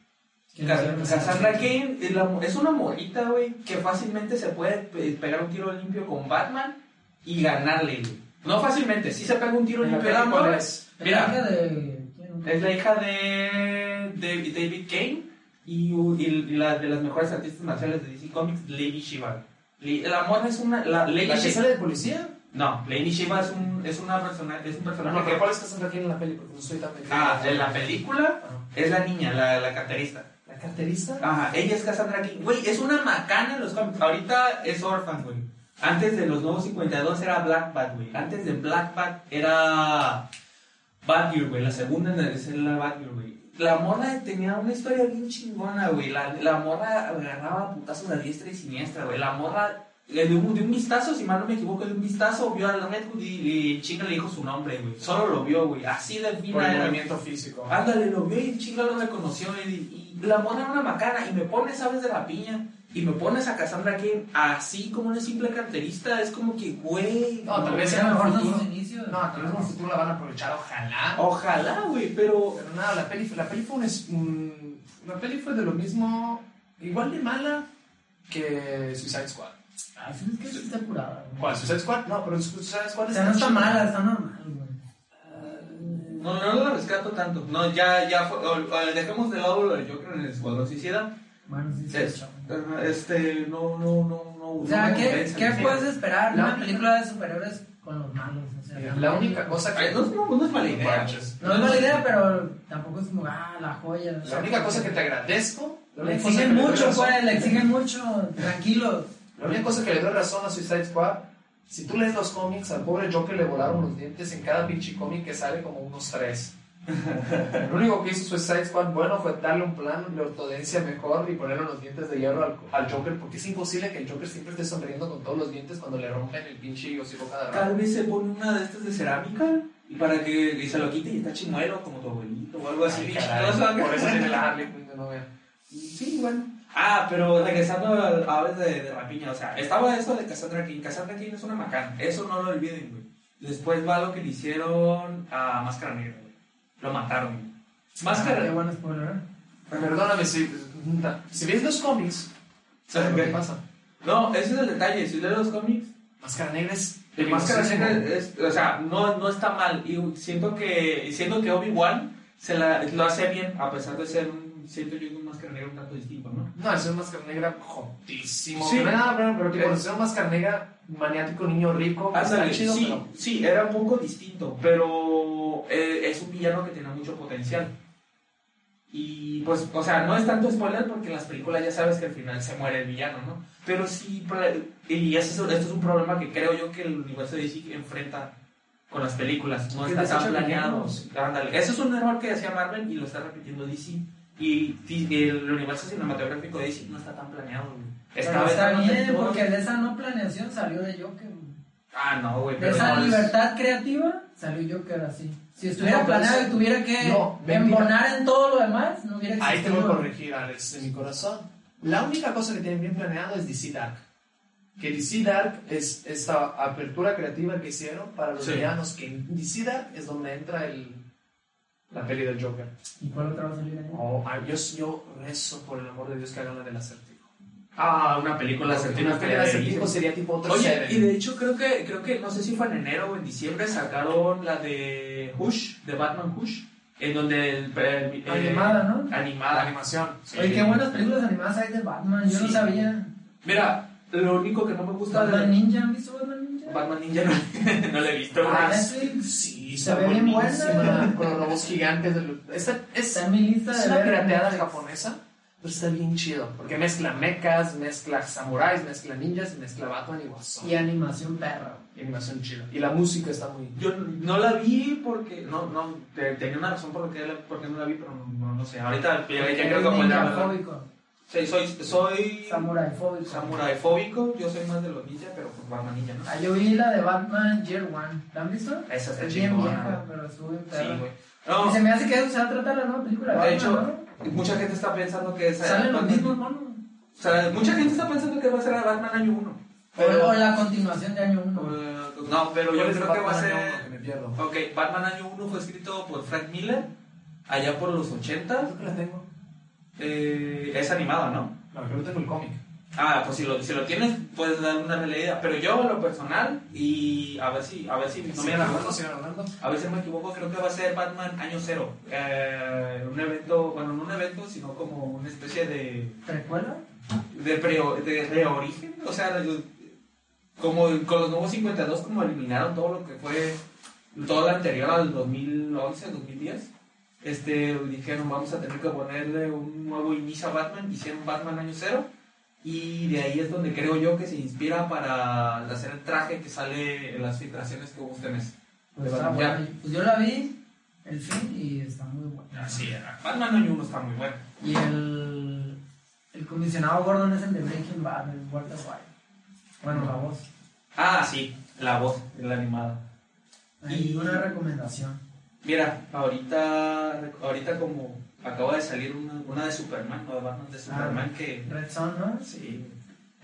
Cas- Cassandra Kane es, la mo- es una morrita, güey, que fácilmente se puede pe- pegar un tiro limpio con Batman y ganarle, güey. No fácilmente, sí se pega un tiro
¿En la
limpio.
peli cuál
dándole.
es?
Mira,
Mira. de. ¿quién?
Es la hija de David, David Kane y, u- y la de las mejores artistas marciales de DC Comics, Lady Shiva. Li- La morra es una. La, Lady
¿La que
Shi-
sale de policía?
No, Lady Shiva es un, es una persona, es
No,
un personaje
no, pero
que.
¿cuál es Cassandra Kane en la peli? Porque no soy tan metido.
Ah, en la película
Ah.
es la niña, la, la carterista.
¿La carterista?
Ajá, ella es Cassandra King. Güey, es una macana en los cómics. Ahorita es Orphan, güey. Antes de los nuevos 52 era Black Bat, güey. Antes de Black Bat era Batgirl, güey. La segunda en el es la Batgirl, güey. La morra tenía una historia bien chingona, güey. La, la morra agarraba putazos a diestra y siniestra, güey. La morra, le- de un, de un vistazo, si mal no me equivoco, de un vistazo vio al Red Hood y, y chinga le dijo su nombre, güey. Solo lo vio, güey. Así de Ah, fina
Por el
era.
movimiento físico.
Ándale, lo vio y el chico lo reconoció y, y la morra era una macana y me pones aves de la piña y me pones a Cassandra Kane así como una simple carterista, es como que, güey.
No, tal vez
Era
en el
mejor
futuro.
sus inicios.
No, tal vez en el futuro la van a aprovechar, ojalá.
Ojalá, güey, pero...
Pero nada, la peli, la peli fue un, es- un- La peli fue de lo mismo, igual de mala que Suicide Squad.
Ah, sí, es que sí está curada. güey.
¿Cuál? ¿Suicide Squad? No, pero Suicide Squad
O sea, no está
chida.
mala, está normal, güey.
No, no lo rescato tanto. No, ya, ya, fue- o- o dejemos de lado lo de Joker en el Escuadrón Suicida.
Bueno, sí, sí.
Es-
está chida.
Este, no, no, no, no.
O sea,
no me
¿qué,
convence,
¿qué
güey.
puedes esperar?
La
Una
única-
película de superhéroes con los malos. O sea,
La
tampoco-
única cosa
Ay,
que...
No, no, no es mala idea.
No es mala idea, pero tampoco es como, ah, la joya. o
La
sea,
única cosa que te agradezco... la
Le
única cosa
exigen
que doy
mucho,
razón-
pues, le exigen mucho. Tranquilos.
La única cosa que le doy razón a Suicide Squad... Si tú lees los cómics, al pobre Joker le volaron los dientes en cada pinche cómic que sale como unos tres. Lo único que hizo Suicide Squad bueno fue darle un plan de ortodoncia mejor y ponerle los dientes de hierro al, al Joker, porque es imposible que el Joker siempre esté sonriendo con todos los dientes cuando le rompen el pinche hocico cada rato.
Tal vez se pone una de estas de cerámica y para que y se lo quite y está chimuelo como tu abuelito o algo así.
Ay,
pinche
caray,
cosa.
Por eso tiene la Harley Quinn de novia.
Sí, bueno. Ah, pero regresando a Aves de, de Rapiña, o sea, estaba eso de Cassandra King. Cassandra King es una macana, eso no lo olviden, güey. Después va lo que le hicieron a Máscara Negra, güey. Lo mataron, güey. Máscara.
Ah, Qué bueno spoiler. ¿eh?
Ah,
Perdóname, si, si ves los cómics, ¿sabes lo que pasa?
No, ese es el detalle. Si lees los cómics,
Máscara Negra es...
el Máscara Negra
peligrosísimo.
es, o sea, no, no está mal. Y siento que, siento que Obi-Wan se la, lo hace bien, a pesar de ser un, siento yo, que un Máscara Negra un tanto distinto, ¿no?
No, el señor Máscara Negra, jodísimo.
Sí.
Sí. No hay nada, pero, pero tipo,
Eh.
el señor Máscara Negra, maniático, niño rico,
Ándale,
está chido,
sí,
pero...
sí, era un poco distinto, pero eh, es un villano que tenía mucho potencial. Y pues, o sea, no es tanto spoiler porque en las películas ya sabes que al final se muere el villano, ¿no? Pero sí, pra- y eso es- esto es un problema que creo yo que el universo de DC enfrenta con las películas. No
Que
está tan
desecha
planeado.
villanos.
Ándale, Eso es un error que hacía Marvel y lo está repitiendo DC. Y di- el universo cinematográfico de DC no está tan planeado, güey.
Pero está
aventándote
bien,
todo.
porque de esa no planeación salió de Joker. güey.
Ah, no, güey.
De
pero
esa
no, es-
libertad creativa salió Joker así. Si estuviera
No, pero
planeado
eso-
y tuviera que
no, mentira.
embonar en todo lo demás, no hubiera
Ahí te
existido.
voy a corregir, Alex, de mi corazón. La única cosa que tienen bien planeado es DC Dark. Que DC Dark es esta apertura creativa que hicieron para los
Sí.
villanos. Que en DC Dark es donde entra el, la peli del Joker.
¿Y cuál otra va a salir ahí?
Oh, ay, yo, yo rezo por el amor de Dios que hagan la del acertijo.
Ah, una película
Porque Una peli del acertijo sería tipo otro
Oye,
Seven.
y de hecho creo que, creo que, no sé si fue en enero o en diciembre, sacaron la de Hush, de Batman Hush, en donde el... el- el-
Animada, ¿no?
la
Animada.
animación. sí.
Oye, qué buenas películas animadas hay de Batman. Yo no
Sí.
sabía.
Mira, lo único que no me gusta
Batman
de
Ninja, ¿han visto Batman Ninja?
Batman Ninja no, no la he visto. güey.
Ah,
Ah,
Netflix.
Sí,
Se
está
ve bien
buenísima,
buena.
Con los robos gigantes. del- Esta, es,
Está en mi lista
es
de
una
ver.
pirateada japonesa, pero está bien chido. Porque mezcla mechas, mezcla samuráis, mezcla ninjas y mezcla Batman y Guasón.
Y animación perra.
Y animación chida. Y la música está muy...
Yo no la vi porque... No, no, te- tenía una razón por la que, por qué no la vi, pero no, no, no sé. Ahorita ya, ya creo que voy a verla.
Ninjafóbico,
Sí, soy... soy
samuraifóbico.
Samuraifóbico, yo soy más de los ninjas, pero pues Batman Ninja, ¿no?
Ah, yo vi la de Batman Year One. ¿La han visto?
Esa está
Es bien
chingona,
vieja,
güey.
pero estuvo bien
Sí,
perra.
güey.
Y
No,
se me hace que eso se va a tratar la nueva película.
de
Batman,
hecho,
¿no?
mucha gente está pensando que esa
salen los
Batman-
mismos monos.
O sea, mucha gente está pensando que va a ser la Batman año 1.
o la continuación de año 1.
no, pero yo
¿Cuál es
creo
el
que va a
Batman año
ser.
uno que me pierdo?
Ok, Batman año 1 fue escrito por Frank Miller allá por los 80.
Ah, Creo que la tengo.
Eh, es animado, ¿no?
No, creo que tengo el cómic.
Ah, pues si lo, si lo tienes, puedes dar una releída. Pero yo, en lo personal, y a ver si, a ver si no me
¿Siguen hablando?
equivoco,
¿Siguen hablando?
a ver si no me equivoco, creo que va a ser Batman año 0. un evento, bueno, no un evento, sino como una especie de.
¿Recuerda?
de, pre, de reorigen, o sea, de- como el- con los nuevos 52 como eliminaron todo lo que fue todo lo anterior al 2011, 2010. Este, dijeron, vamos a tener que ponerle un nuevo inicio a Batman, hicieron Batman año cero y de ahí es donde creo yo que se inspira para hacer el traje que sale en las filtraciones que hubo este mes.
Pues,
De
está
Batman.
buena. Pues yo la vi, el fin, y está muy buena.
Así era. Batman año 1 está muy bueno.
Y el, el comisionado Gordon es el de Breaking Bad, el Walter White. Bueno, la voz.
Ah, sí, la voz, la animada.
Y
Y-
una recomendación.
Mira, ahorita, ahorita como acaba de salir una, una de Superman, no de Batman, de Superman que...
Red Son, ¿no?
Ah. Sí,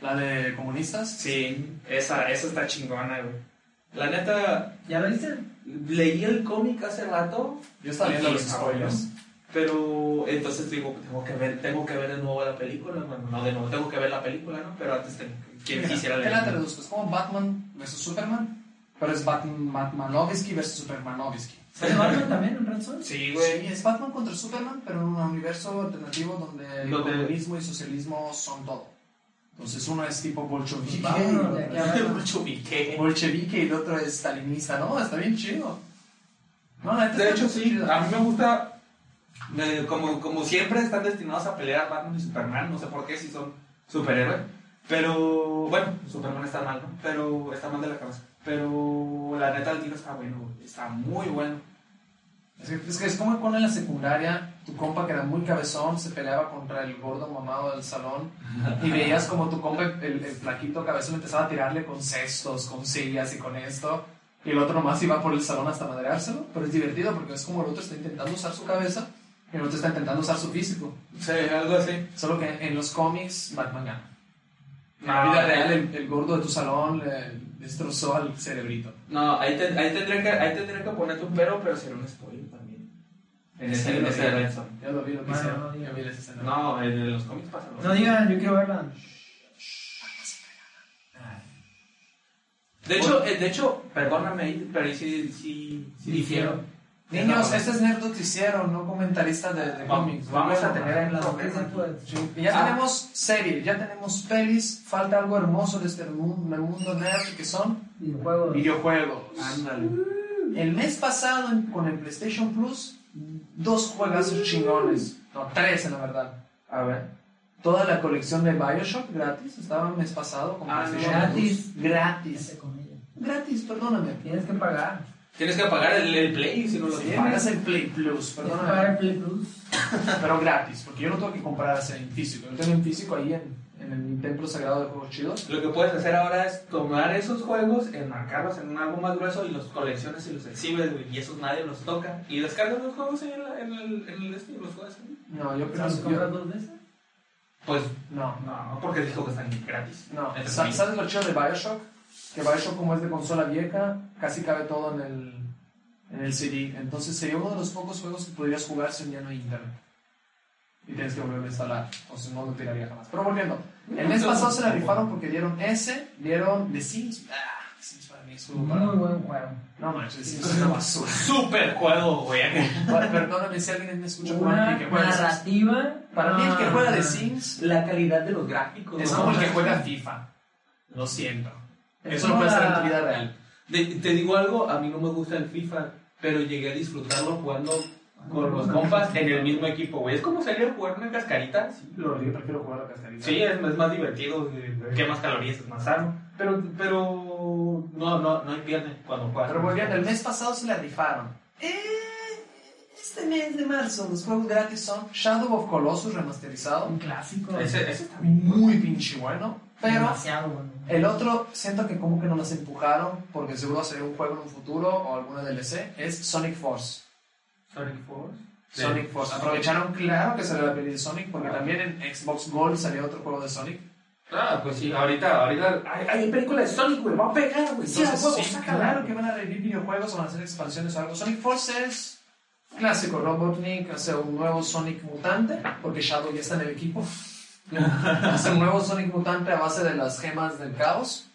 ¿La de comunistas?
sí, esa, esa está chingona, güey. La neta,
¿Ya lo viste?
leí el cómic hace rato,
Yo estaba viendo
Sí,
los
está
spoilers.
pero entonces digo, tengo que ver, tengo que ver de nuevo la película, bueno, no de nuevo, tengo que ver la película, ¿no? Pero antes tengo que- quien
Mira,
quisiera
te la
leer.
traduzco, es como Batman vs Superman, pero es Batman, Batmanovsky vs Supermanovsky.
¿Sale Batman también en Red Son?
Sí,
Sí,
güey.
es Batman contra Superman, pero en un universo alternativo donde el
Donde-
comunismo y socialismo son todo. Entonces uno es tipo bolchevique, y
Vámonos de
el
aquí
otro
a Batman.
Mucho piqué.
es bolchevique y el otro es stalinista, ¿no? Está bien chido. No, la neta
De
está
hecho, sí,
chido.
a mí me gusta. eh, como, como siempre, están destinados a pelear Batman y Superman. No sé por qué, si son superhéroes. Pero bueno, Superman está mal, ¿no? Pero está mal de la cabeza. Pero la neta, el tiro está bueno, güey, está muy bueno.
Es que, es que es como cuando en la secundaria tu compa que era muy cabezón se peleaba contra el gordo mamado del salón y veías como tu compa, el, el flaquito cabezón, empezaba a tirarle con cestos, con sillas y con esto y el otro nomás iba por el salón hasta madreárselo, pero es divertido porque es como el otro está intentando usar su cabeza Y el otro está intentando usar su físico.
Sí, algo así.
Solo que en los cómics, Batman gana. En
Ah.
la vida real, el, el gordo de tu salón le destrozó al cerebrito.
No, ahí, te- ahí tendría que, ahí tendría que poner tu pero, pero sería un spoiler también. En ese,
Sí,
en
lo
ese
vi.
Red Zone.
Ya lo vi, lo que
Ah,
sea.
no,
Ya
ya.
vi esa escena.
No, en el- los cómics pasa.
No digan, yo quiero verla.
De hecho, eh, de hecho, perdóname, ahí, pero ahí sí, sí, sí difiero.
Niños,
No,
este es Nerd Noticiero, no comentarista de, de
Vamos-
cómics.
vamos a tener
En las
Problema.
tres pues.
Sí, y ya
Ah.
tenemos series, ya tenemos pelis, falta algo hermoso de este mundo, del mundo nerd que son
Videojuegos.
videojuegos.
Ándale.
El mes pasado en- con el PlayStation Plus, dos juegazos chingones, no, tres en la verdad.
A ver.
Toda la colección de Bioshock gratis estaba el mes pasado con
Ah,
PlayStation
gratis.
Plus. Gratis.
Ese comillas.
Gratis, perdóname.
Tienes que pagar.
Tienes que pagar el, el play si no lo tienes.
Pagas el Play Plus,
Tienes que pagar
perdóname.
el Play Plus.
Pero gratis, porque yo no tengo que comprar ese en físico. Yo tengo en físico ahí en, en el templo sagrado de juegos chidos.
Lo que puedes hacer ahora es tomar esos juegos, enmarcarlos en un álbum más grueso y los coleccionas y los exhibes, güey. Y esos nadie los toca. Y descargas los juegos ahí en, la- en el, en el este y los juegas. ahí.
No, yo creo
¿Los
que...
compras
yo-
dos veces?
Pues
No,
no, porque dijo que están gratis.
No,
Entre
sa-
comillas.
¿sabes lo chido de Bioshock? Que Bioshock, como es de consola vieja, casi cabe todo en el, en el CD. Entonces sería uno de los pocos juegos que podrías jugar si un día no hay internet. Y tienes que volverlo a instalar, o si no, no tiraría jamás. Pero volviendo, el mes pasado se la rifaron porque dieron ese, dieron The Sims. Ah, The Sims para mí es un.
Muy buen juego.
No manches, The Sims es una basura.
Super juego, güey.
Bueno, Perdóname si alguien me escucha jugando
Una
y que juega The Sims.
narrativa.
Para mí, el que juega The
de
Sims
La calidad de los gráficos.
es
¿no?
como el que juega FIFA. Lo siento.
Es
Eso lo
como
puede hacer en tu
la-
vida real.
De- te digo algo, a mí no me gusta el FIFA, pero llegué a disfrutarlo jugando con los compas en el mismo equipo, güey. Es como salir a jugar una cascarita. Sí, lo
Yo prefiero jugar a la cascarita.
Sí, es, es más divertido, que más calorías, es más sano. Pero, pero no, no, no pierden cuando juegas.
Pero volviendo, el mes pasado se la rifaron. Eh, este mes de marzo los juegos gratis son Shadow of Colossus remasterizado.
Un clásico.
Ese, ese está bien.
Muy pinche bueno. Pero
Demasiado bueno.
el otro, siento que como que no nos empujaron, porque seguro sería un juego en un futuro o alguna DLC, es Sonic Force.
Sonic Force.
Sonic Force. Aprovecharon, claro, que salió la peli de Sonic, porque
Ah.
también en Xbox Gold salió otro juego de Sonic.
Ah, pues sí, ahorita, ahorita. Hay, hay película de Sonic, güey, va a pegar, güey. Sí, a
Entonces,
huevo,
sí,
sácala.
claro que van a revivir videojuegos o van a hacer expansiones o algo. Sonic Force es clásico. Robotnik hace un nuevo Sonic mutante, porque Shadow ya está en el equipo. hace un nuevo Sonic mutante a base de las gemas del caos,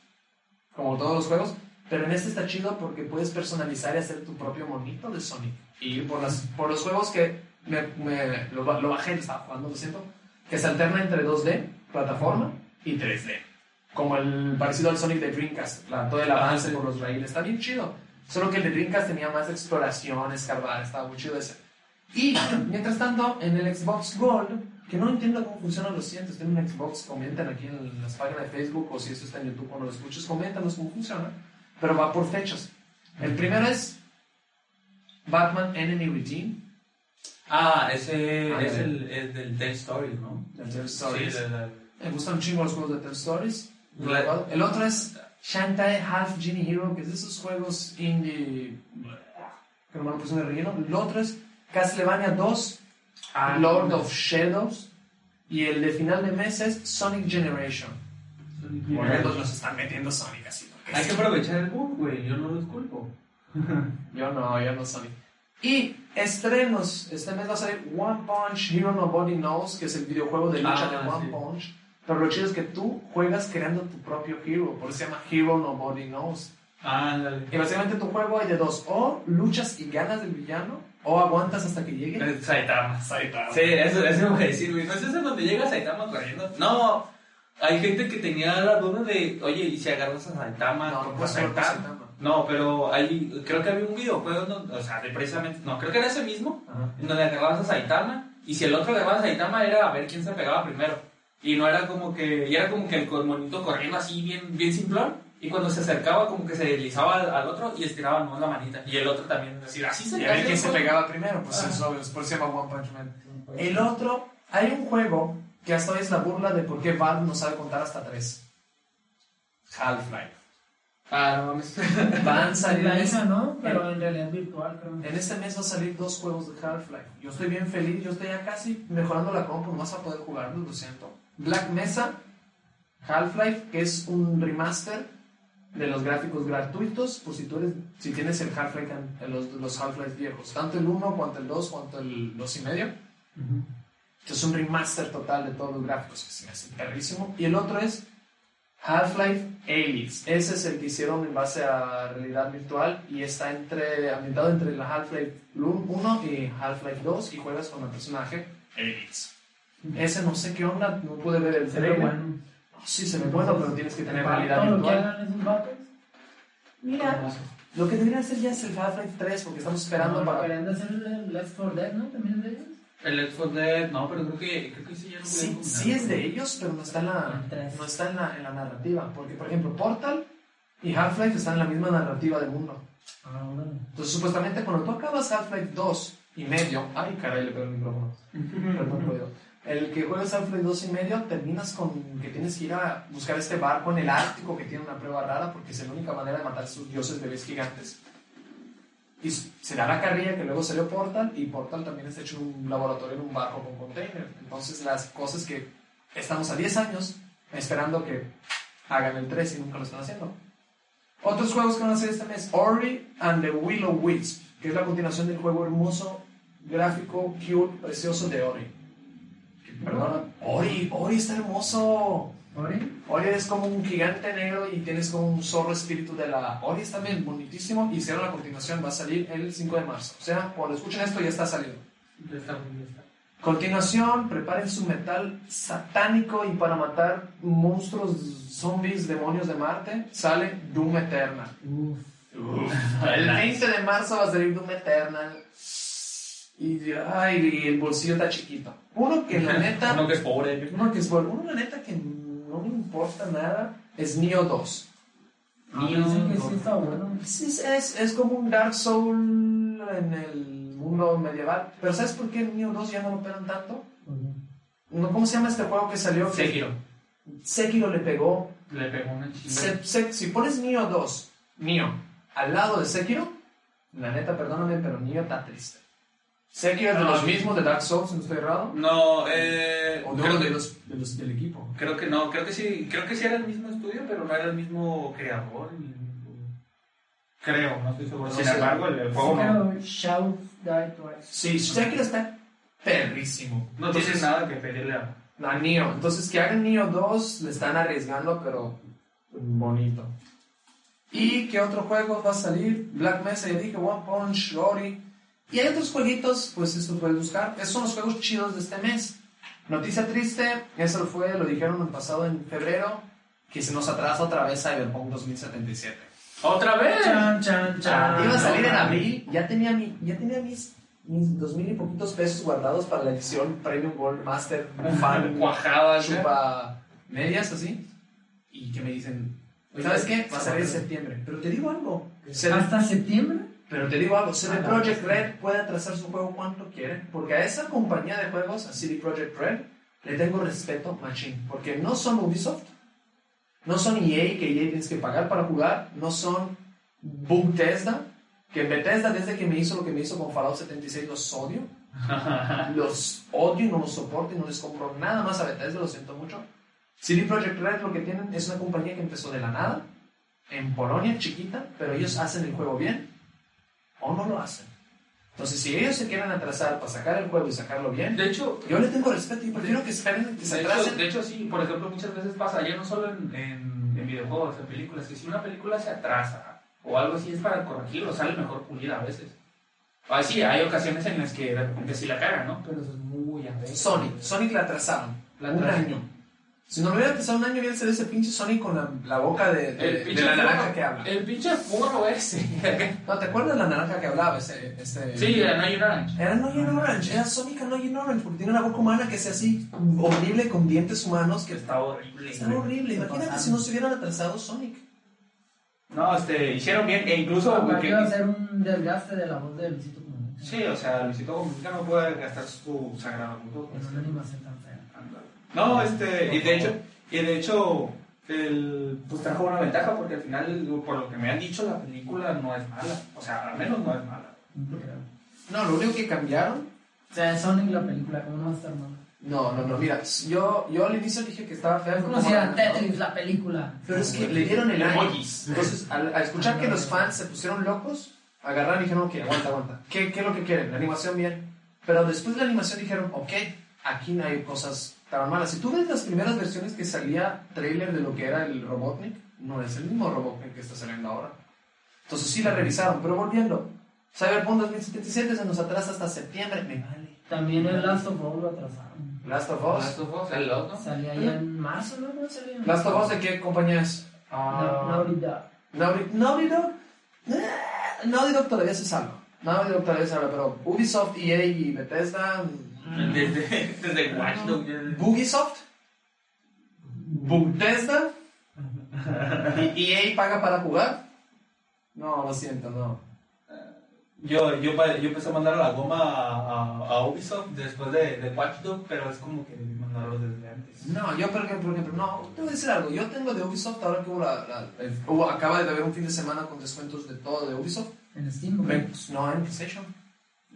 como todos los juegos. Pero en este está chido porque puedes personalizar y hacer tu propio monito de Sonic. Y por, las, por los juegos que me, me- lo, ba- lo bajé, lo estaba jugando, lo siento, que se alterna entre 2D, plataforma, y 3D como el parecido al Sonic de Dreamcast, la- todo el avance por los raíles, está bien chido. Solo que el de Dreamcast tenía más exploración, escarbar, estaba muy chido ese. Y mientras tanto, en el Xbox Gold, que no entiendo cómo funcionan los cientos, tienen un Xbox, comenten aquí en las páginas de Facebook o si eso está en YouTube cuando lo escuches, coméntanos cómo funciona. Pero va por fechas. El primero es Batman Enemy Regime.
Ah, ese
Ah,
es
ya.
el es del Tell Stories, ¿no?
Del Tell Stories.
Stories. Sí, de la-
Me gustan un chingo los juegos de Tell Stories.
Bla-
El otro es Shantae Half Genie Hero, que es de esos juegos indie que nomás lo pusieron de relleno. El otro es Castlevania 2,
Ah,
Lord of Shadows. Y el de final de mes es Sonic Generation. Porque nos están metiendo Sonic así. porque
Hay
sí.
que aprovechar el boom, güey, yo no lo disculpo.
Yo no, yo no Sonic. Y estrenos. Este mes va a salir One Punch Hero Nobody Knows, que es el videojuego de lucha
Ah,
de One
sí.
Punch. Pero lo chido es que tú juegas creando tu propio hero, por eso se llama Hero Nobody Knows.
Ándale.
Y básicamente tu juego hay de dos: o luchas y ganas del villano, o aguantas hasta que llegue.
Eh, Saitama.
Saitama.
Sí, eso, eso iba a decir, güey. ¿No es eso cuando llega Saitama corriendo? No, hay gente que tenía la duda de, oye, ¿y si agarras a Saitama?
No, pues, no
¿Cómo
puedes jugar con
Saitama?
Saitama.
No, pero hay, creo que había un videojuego, ¿no? o sea, de precisamente, no, creo que era ese mismo,
Ajá.
en donde agarrabas a Saitama, y si el otro agarraba a Saitama era a ver quién se pegaba primero. Y no era como que, y era como que el co- monito corriendo así, bien, bien simplón, y cuando se acercaba, como que se deslizaba al, al otro y estiraba más la manita. Y el otro también, así, así se
Y a ver
hace
quién
el
se
juego.
pegaba primero, pues
Ajá.
es obvio, por eso se llama One Punch Man. El otro, hay un juego que hasta hoy es la burla de por qué Valve no sabe contar hasta tres. Half-Life.
Ah, no mames.
Van a salir
La hija,
en
¿no? Pero en realidad virtual, creo.
este mes va a salir dos juegos de Half-Life. Yo estoy bien feliz, yo estoy ya casi mejorando la compu, no vas a poder jugarlo, lo siento. Black Mesa, Half-Life, que es un remaster de los gráficos gratuitos, por si tú eres, si tienes el Half-Life, an- los, los Half-Life viejos, tanto el 1, cuanto el 2, cuanto el 2 y medio. Es un remaster total de todos los gráficos, que se me hace perrísimo. Y el otro es Half-Life Alyx. Ese es el que hicieron en base a realidad virtual y está entre, ambientado entre la Half-Life 1 y Half-Life 2 y juegas con el personaje Alyx. Ese no sé qué onda, no pude ver el
Se ve
trailer.
bueno.
Ah, Sí, se ve bueno, pero tienes que tener realidad
Todo lo que
virtual.
hagan esos vatos.
Mira, lo que debería hacer ya es el Half-Life 3 porque estamos esperando
No,
para...
Querían hacer el Left 4 Dead, ¿no? También es de ellos.
El Left 4 Dead, no, pero creo que, creo que sí ya no podía
Sí,
combinar.
sí es de ellos, pero no está en la,
El tres.
no está en la, en la narrativa. Porque, por ejemplo, Portal y Half-Life están en la misma narrativa del mundo.
Ah, bueno.
Entonces, supuestamente, cuando tú acabas Half-Life 2 y medio... Ay, caray, le pego el micrófono. Perdón, puedo. El que juegas Half-Life 2 y medio, terminas con que tienes que ir a buscar este barco en el Ártico que tiene una prueba rara porque es la única manera de matar a sus dioses bebés gigantes. Y s- se da la carrilla que luego salió Portal y Portal también está hecho en un laboratorio en un barco con container. Entonces las cosas que estamos a 10 años esperando que hagan el 3 y nunca lo están haciendo. Otros juegos que van a hacer este mes, Ori and the Willow Wisp, que es la continuación del juego hermoso, gráfico, cute, precioso de Ori. Perdona, Ori, Ori está hermoso.
¿Ori?
Ori es como un gigante negro y tienes como un zorro espíritu de la... Ori está bien bonitísimo y hicieron la continuación, va a salir el 5 de marzo. O sea, cuando escuchen esto ya está saliendo.
Ya está, ya está.
Continuación, preparen su metal satánico y para matar monstruos, zombies, demonios de Marte, sale Doom Eternal.
Uf.
El 20 de marzo va a salir Doom Eternal. Y, ay, y el bolsillo está chiquito. Uno que la neta...
Uno que es pobre.
Uno que es bueno, uno la neta que no me importa nada es Neo 2.
Ah, dicen que sí está bueno.
Es, es- es- es como un Dark Soul en el mundo medieval. Pero ¿sabes por qué Neo 2 ya no lo pegan tanto? No, ¿Cómo se llama este juego que salió? Que
Sekiro.
Sekiro le pegó.
Le pegó una chinga.
Se- se- si pones Neo 2, Neo, al lado de Sekiro, la neta, perdóname, pero Neo está triste. Sekiro es de
No,
los
sí.
mismos de Dark Souls, si no estoy errado.
No, eh.
O
creo
no,
que-
de los, de los del equipo.
Creo que no, creo que sí, creo que sí era el mismo estudio, pero no era el mismo creador. ni el mismo- Creo, no estoy seguro.
No
Sin
sé.
embargo, el, el juego no,
Pero Shout Die Twice.
Sí, Sekiro está perrísimo.
no tiene nada que pedirle a.
A Neo. Entonces, que hagan Neo 2, le están arriesgando, pero bonito. ¿Y qué otro juego va a salir? Black Mesa, ya dije, One Punch, Rory. Y hay otros jueguitos, pues eso puedes buscar. Esos son los juegos chidos de este mes. Noticia triste, eso fue, lo dijeron el pasado en febrero, que se nos atrasa otra vez Cyberpunk 2077.
¡Otra vez!
Chan, chan, chan.
Iba a salir en abril, ya tenía, mi, ya tenía mis, mis dos mil y poquitos pesos guardados para la edición Premium Gold Master, fan,
Cuajada, ¿sí?
chupa medias así y que me dicen
Oye,
¿sabes qué? Va a salir en
sí.
septiembre pero te digo algo CD
¿Hasta septiembre?
pero te digo algo CD
Ah, no.
Projekt Red puede atrasar su juego cuanto quiere porque a esa compañía de juegos a CD Projekt Red le tengo respeto machine porque no son Ubisoft no son EA que EA tienes que pagar para jugar no son Bethesda que Bethesda desde que me hizo lo que me hizo con Fallout 76 los odio los odio y no los soporto y no les compro nada más a Bethesda, lo siento mucho. CD Projekt Red lo que tienen es una compañía que empezó de la nada, en Polonia, chiquita, pero ellos hacen el juego bien o no lo hacen. Entonces, si ellos se quieren atrasar para sacar el juego y sacarlo bien,
De hecho,
yo le tengo respeto y prefiero que esperen que se
de hecho,
atrasen.
de hecho, sí, por ejemplo, muchas veces pasa, ya no solo en, en- en videojuegos, en películas, que si una película se atrasa o algo así es para corregirlo, sale mejor pulida a veces. Ah, sí, hay ocasiones en las que de repente sí la cagan, ¿no? Pero eso es muy a veces.
Sonic, Sonic la atrasaron
La
un
atrasaron.
año. Si no lo hubiera atrasado un año, hubiera sido ese pinche Sonic con la, la boca de, de- de la
furro-
naranja que habla.
El pinche furro ese.
No, ¿te acuerdas de la naranja que hablaba ese? este ese
sí, era Nine Orange.
Era No Yen Orange, era Sonic No Yen Orange, porque tiene una boca humana que sea así horrible con dientes humanos que está,
Está horrible.
está horrible.
Se
Imagínate
pasaron.
si no se hubieran atrasado Sonic.
No, este, hicieron bien e incluso...
Ah,
Aparte
que-
iba a ser un desgaste de la voz de Luisito Comunica.
sí, o sea, Luisito Comunica no puede gastar su sagrado mundo. este,
En una animación tan fea.
No, este, y de hecho, y de hecho el- pues trajo una ventaja porque al final, por lo que me han dicho, la película no es mala. O sea, al menos no es mala.
No, lo único que cambiaron
O sea, es Sonic la película, ¿cómo no va a estar mal?
No, no, no, mira, yo, yo al inicio dije que estaba fea.
Es
como
como si era
¿no?
Tetris la película.
Pero es que le dieron el año.
Emojis.
Entonces, al, al escuchar que los fans se pusieron locos, agarraron y dijeron, ok, aguanta, aguanta. ¿Qué, qué es lo que quieren? La animación bien. Pero después de la animación dijeron, ok, aquí no hay cosas tan malas. Si tú ves las primeras versiones que salía trailer de lo que era el Robotnik, no es el mismo Robotnik que está saliendo ahora. Entonces sí la revisaron, pero volviendo. Cyberpunk 2077 se nos atrasa hasta septiembre. Me vale.
También el Last of Us lo atrasaron.
Last of Us.
Last of Us, el otro.
Salía ya en marzo, ¿no? ¿Cuándo salía?
Last of Us, ¿de qué compañía es?
No,
Ah.
no ahorita.
Naughty Naughty Dog. eh, Naughty Dog todavía se salva. Naughty Dog todavía se salva, pero Ubisoft, EA y Bethesda.
Desde, desde Watch Dogs, ya-
Bugisoft. Bethesda. ¿Y EA paga para jugar? No, lo siento, no.
Yo, yo, pa- yo empecé a mandar a la goma a, a- a Ubisoft después de, de Watch Dogs, pero es como que debí mandarlos desde antes.
No, yo por ejemplo, por ejemplo, no, te voy a decir algo. Yo tengo de Ubisoft ahora que hubo la, la- el- hubo- acaba de haber un fin de semana con descuentos de todo de Ubisoft.
En Steam,
Me-
güey.
pues, no, en PlayStation.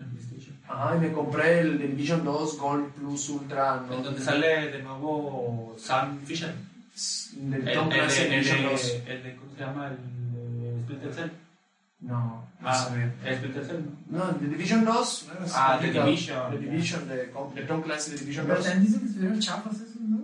En PlayStation.
Ajá, y me compré el Division 2 Gold Plus Ultra. No,
En donde sale de nuevo Sam Fisher. El,
del
el,
Tom
el,
Clancy
el-
Division 2.
el- el de, ¿cómo se llama? El de Splinter Cell.
No,
Ah,
no sé.
el Splinter Cell, ¿no?
No, The Division 2.
Ah, The
The
Division.
The Division, de, con- de Tom Clancy, The Division
Pero
2.
también dicen que estuvieron chafas esos, ¿no?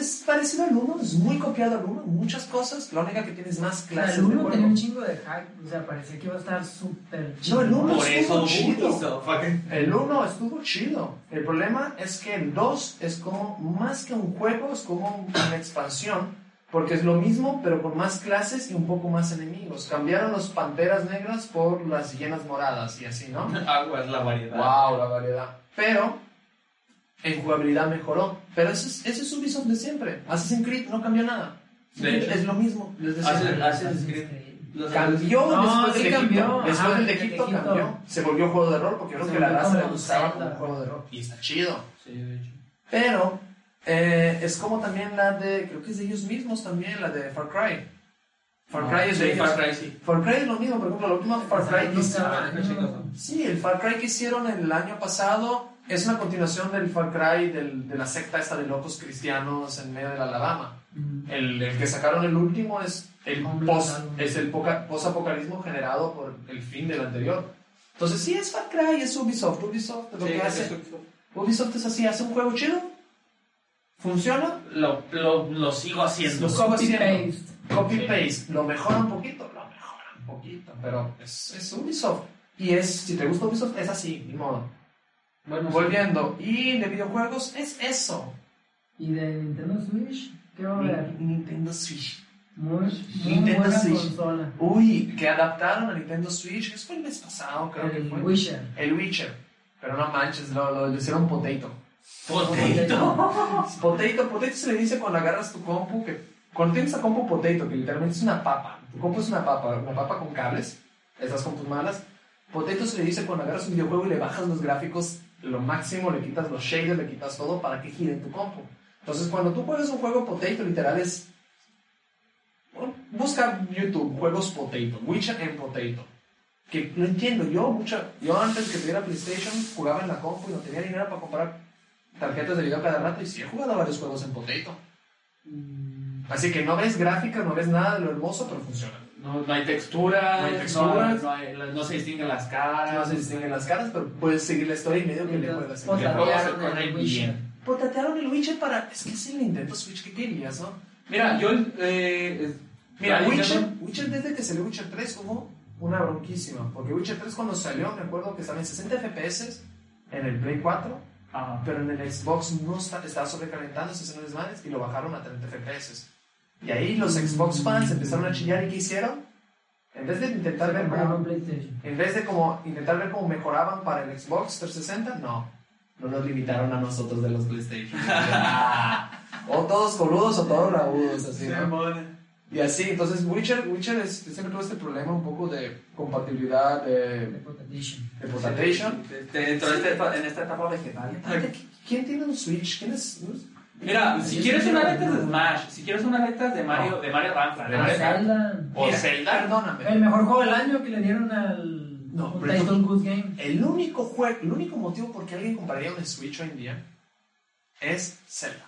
Es parecido al 1, es muy copiado al 1, muchas cosas. La única que tiene es más
O sea,
clases
Ah, el
de
uno tenía
juego.
un chingo de hype. O sea, parecía que iba a estar súper
No, el uno.
Por eso
estuvo chido.
Ubisoft.
El 1 estuvo chido. El problema es que el 2 es como más que un juego, es como una expansión. Porque es lo mismo, pero con más clases y un poco más enemigos. Cambiaron los panteras negras por las hienas moradas y así, ¿no?
Agua es la variedad.
Wow, la variedad. Pero en jugabilidad mejoró. Pero eso es, eso es Ubisoft de siempre. Assassin's Creed no cambió nada.
De hecho.
es lo mismo. desde
Hace-
siempre.
hace-
este, mm,
Los-
Cambió
No,
después
sí
del
cambió.
Egipto. Después
Ajá,
del
el
Egipto
Egipto.
cambió. Se volvió juego de rol porque creo
Se
que la
volvió
raza
como
le gustaba como
Zelda.
juego de rol. Y está chido.
Sí, de hecho.
Pero eh, es como también la de, creo que es de ellos mismos también, la de Far Cry. Far Cry es
Sí,
de ellos.
Far Cry, sí.
Far Cry es lo mismo, por ejemplo, la última Far Cry que
Salió
hicieron-
Ah,
Qué chicos,
no.
Sí, el Far Cry que hicieron el año pasado es una continuación del Far Cry del- de la secta esta de locos cristianos en medio del Alabama.
Mm.
El, el que sacaron el último es el
Hombre,
post,
algo.
es el poca- post-apocalismo generado por el fin del anterior. Entonces sí es Far Cry, es Ubisoft, Ubisoft lo
Sí,
que hace.
eso-
Ubisoft es así, hace un juego chido, funciona,
Lo, lo, lo sigo haciendo.
Lo sigo haciendo.
Copy-paste.
copy
Sí.
paste, lo mejora un poquito, lo mejora un poquito, pero es, es Ubisoft. Y es, si te gusta Ubisoft, es así, ni modo.
Bueno, sí.
Volviendo, y de videojuegos es eso.
¿Y de Nintendo Switch? ¿Qué va a haber?
Nintendo Switch.
Muy, muy
Mm. Nintendo
buena
Switch.
consola.
Uy, que adaptaron a Nintendo Switch, que fue el mes pasado, creo que
El
fue.
Witcher.
El Witcher. Pero no manches, lo, lo, lo hicieron potato.
Potato.
pues, Potato, potato se le dice cuando agarras tu compu, que cuando tienes la compu potato, que literalmente es una papa. Tu compu es una papa, una papa con cables, esas compus malas. Potato se le dice cuando agarras un videojuego y le bajas los gráficos lo máximo, le quitas los shaders, le quitas todo para que gire tu compu. Entonces, cuando tú juegas un juego potato, literal es... bueno, Busca YouTube, juegos potato, Witcher en potato. Que no entiendo, yo mucha, yo antes que tuviera PlayStation jugaba en la compu y no tenía dinero para comprar tarjetas de video cada rato y sí he jugado varios juegos en Potato.
Mm,
Así que no ves gráfica, no ves nada de lo hermoso, pero funciona.
No, no hay texturas,
No
no,
hay texturas.
no hay- no se distinguen las caras.
Ah, No se distinguen las caras, pero puedes seguir la historia y medio que le
Entonces,
juegas.
potatearon
juego se corre
el Witcher.
Potatearon el Witcher para... Es que es el Nintendo Switch que querías, ¿no?
Mira, yo. Eh, es-
Mira,
la
Witcher,
Nintendo-
Witcher desde que salió Witcher 3 hubo una bronquísima. Porque Witcher 3 cuando salió, me acuerdo que estaba en 60 FPS en el Play 4,
Ah,
pero en el Xbox no está, estaba sobrecalentando, se hicieron desmanes y lo bajaron a 30 FPS. Y ahí los Xbox fans empezaron a chillar y ¿qué hicieron? En vez de intentar ver
Compraron
cómo,
un PlayStation.
en vez de como intentar ver cómo mejoraban para el Xbox 360, no. No nos limitaron a nosotros de los PlayStation. o todos coludos o todos rabudos, así, ¿no? Y así, entonces Witcher, Witcher es- siempre tuvo este problema un poco de compatibilidad
de
de,
Potatation.
de portation.
Te- te- Entró este- en esta etapa vegetal.
¿Quién tiene un Switch? ¿Quién es?
Mira,
Así
si
es
quieres
que
unas
yo-
letras de Smash, si quieres unas letras de Mario, de Mario Ranfla, de
A
Mario Kart,
Zelda.
o
Mira,
Zelda,
Perdóname.
El mejor juego del año que le dieron al.
No,
un
pero-
Title Good Game.
El único juego, el único motivo por qué alguien compraría un Switch hoy en día es Zelda.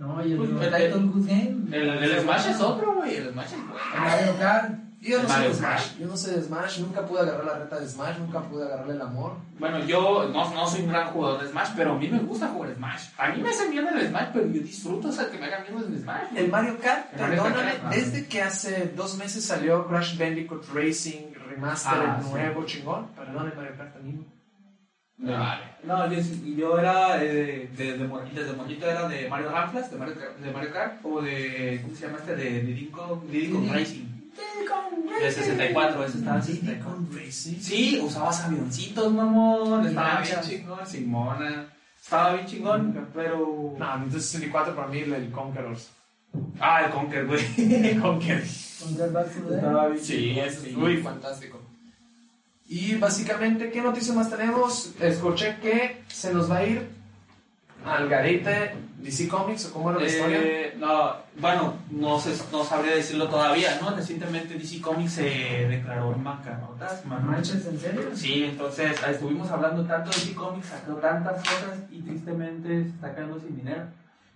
No, y el
Pues,
el
el-
Title Good Game.
El, el Smash es otro, güey. El Smash es bueno.
El Mario Kart.
Yo no sé
Mario
de
Kart.
Smash, yo no sé de Smash, nunca pude agarrar la reta de Smash, nunca pude agarrarle el amor.
Bueno, yo no, no soy un gran jugador de Smash, pero a mí me gusta jugar Smash. A mí me hacen mierda el Smash, pero yo disfruto, o sea, que me hagan mierda el Smash. güey.
El Mario Kart,
El Mario
perdóname,
Kart, claro.
desde que hace dos meses salió Crash Bandicoot Racing Remaster
Ah,
el
sí.
nuevo chingón, perdón el Mario Kart amigo.
Me vale.
No, yo, yo era eh, de, de, morrito, desde morrito era de Mario Ramflas, de Mario, Kart- de Mario Kart, o de, ¿cómo se llama este? De Diddy Kong- Diddy Kong Racing. De 64, ese estaba en
Este,
64.
Racing.
Sí, usabas avioncitos, mamón,
Y
estaba Mm. bien
lanchas.
chingón, Simona. Estaba bien chingón, pero...
No, Nintendo 64 para mí el Conquerors.
Ah, el Conker, güey. El Conker.
Con Dead Back to Dead.
Estaba bien
Sí,
chingón.
es sí.
Uy, fantástico. Y básicamente, ¿qué noticias más tenemos? Escuché que se nos va a ir al garete DC Comics o cómo era la historia.
Eh, no, bueno, no, sé, no sabría decirlo todavía, ¿no? Recientemente DC Comics se declaró en bancarrotas,
No
mamá.
manches, ¿en serio?
Sí, entonces ah, estuvimos hablando tanto de DC Comics, sacó tantas cosas y tristemente se está quedando sin dinero.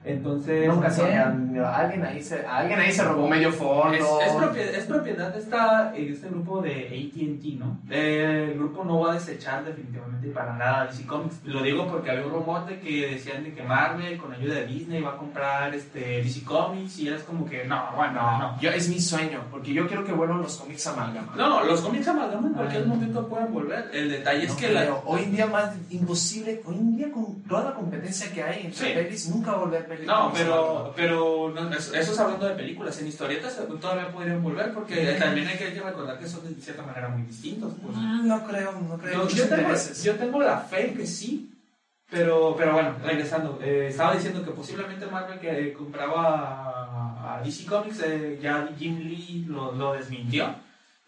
Entonces,
Nunca se
es,
alguien ahí se alguien ahí se robó medio fondo.
es propiedad, es propiedad de esta, eh, este grupo de ATT, ¿no? Eh, el grupo no va a desechar definitivamente para nada DC Comics. Lo digo porque había un rumor de que decían de que Marvel, con ayuda de Disney, va a comprar este, DC Comics y eras como que, no, bueno, no. no.
Yo, es mi sueño, porque yo quiero que vuelvan los cómics amalgamados.
No, los cómics amalgaman en cualquier momento pueden volver. El detalle es
No
que la,
creo. hoy en día más imposible, hoy en día con toda la competencia que hay entre
Sí.
pelis, nunca va a volver pelis.
No, pero, pero no, eso, eso es hablando de películas. En historietas eh, todavía podrían volver porque también hay que, hay que recordar que son de cierta manera muy distintos. pues.
Ah, No creo, no creo.
yo,
Muchos
yo tengo,
intereses.
yo tengo la fe que sí, pero, pero bueno, regresando. eh, estaba diciendo que posiblemente Marvel que eh, compraba a, a DC Comics, eh, ya Jim Lee lo, lo desmintió.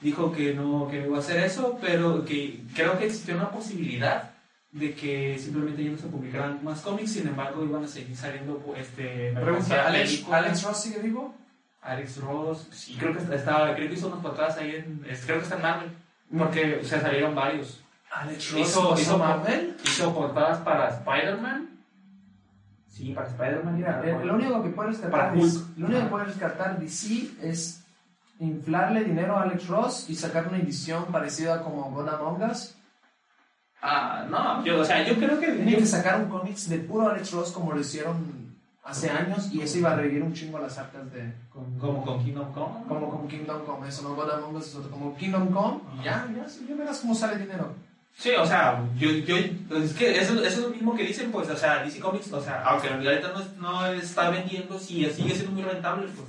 Dijo que no, que no iba a hacer eso, pero que creo que existió una posibilidad de que simplemente ya no se publicaran más cómics, sin embargo iban a seguir saliendo este, mercancía,
Pregunta, ¿Alex,
películas.
Alex Ross sigue vivo?
Alex Ross, sí, creo que, está, creo que hizo unas patadas ahí en, es- creo que está en Marvel, porque o sea, salieron varios.
Alex
Ross
hizo,
pasó
hizo
por-
Marvel.
Hizo portadas para Spider-Man. Sí, para Spider-Man.
Mira,
Mira,
eh, lo único que puede
Para
rescatar,
Hulk.
es- lo único que puede rescatar DC es inflarle dinero a Alex Ross y sacar una edición parecida como God Among Us.
Ah, no, yo, o sea, yo creo que.
Tienen que sacar un cómics de puro Alex Ross como lo hicieron hace años y eso iba a revivir un chingo a las artes de
con- como con Kingdom Come.
como con Kingdom Come, eso no God Among Us, es otro, como Kingdom Come y ya, ya, sí, ya verás cómo sale el dinero.
Sí, o sea, yo, yo, es que eso, eso es lo mismo que dicen, pues, o sea, DC Comics, o sea, aunque en realidad no, es- no está vendiendo, sí, sigue siendo muy rentable, pues.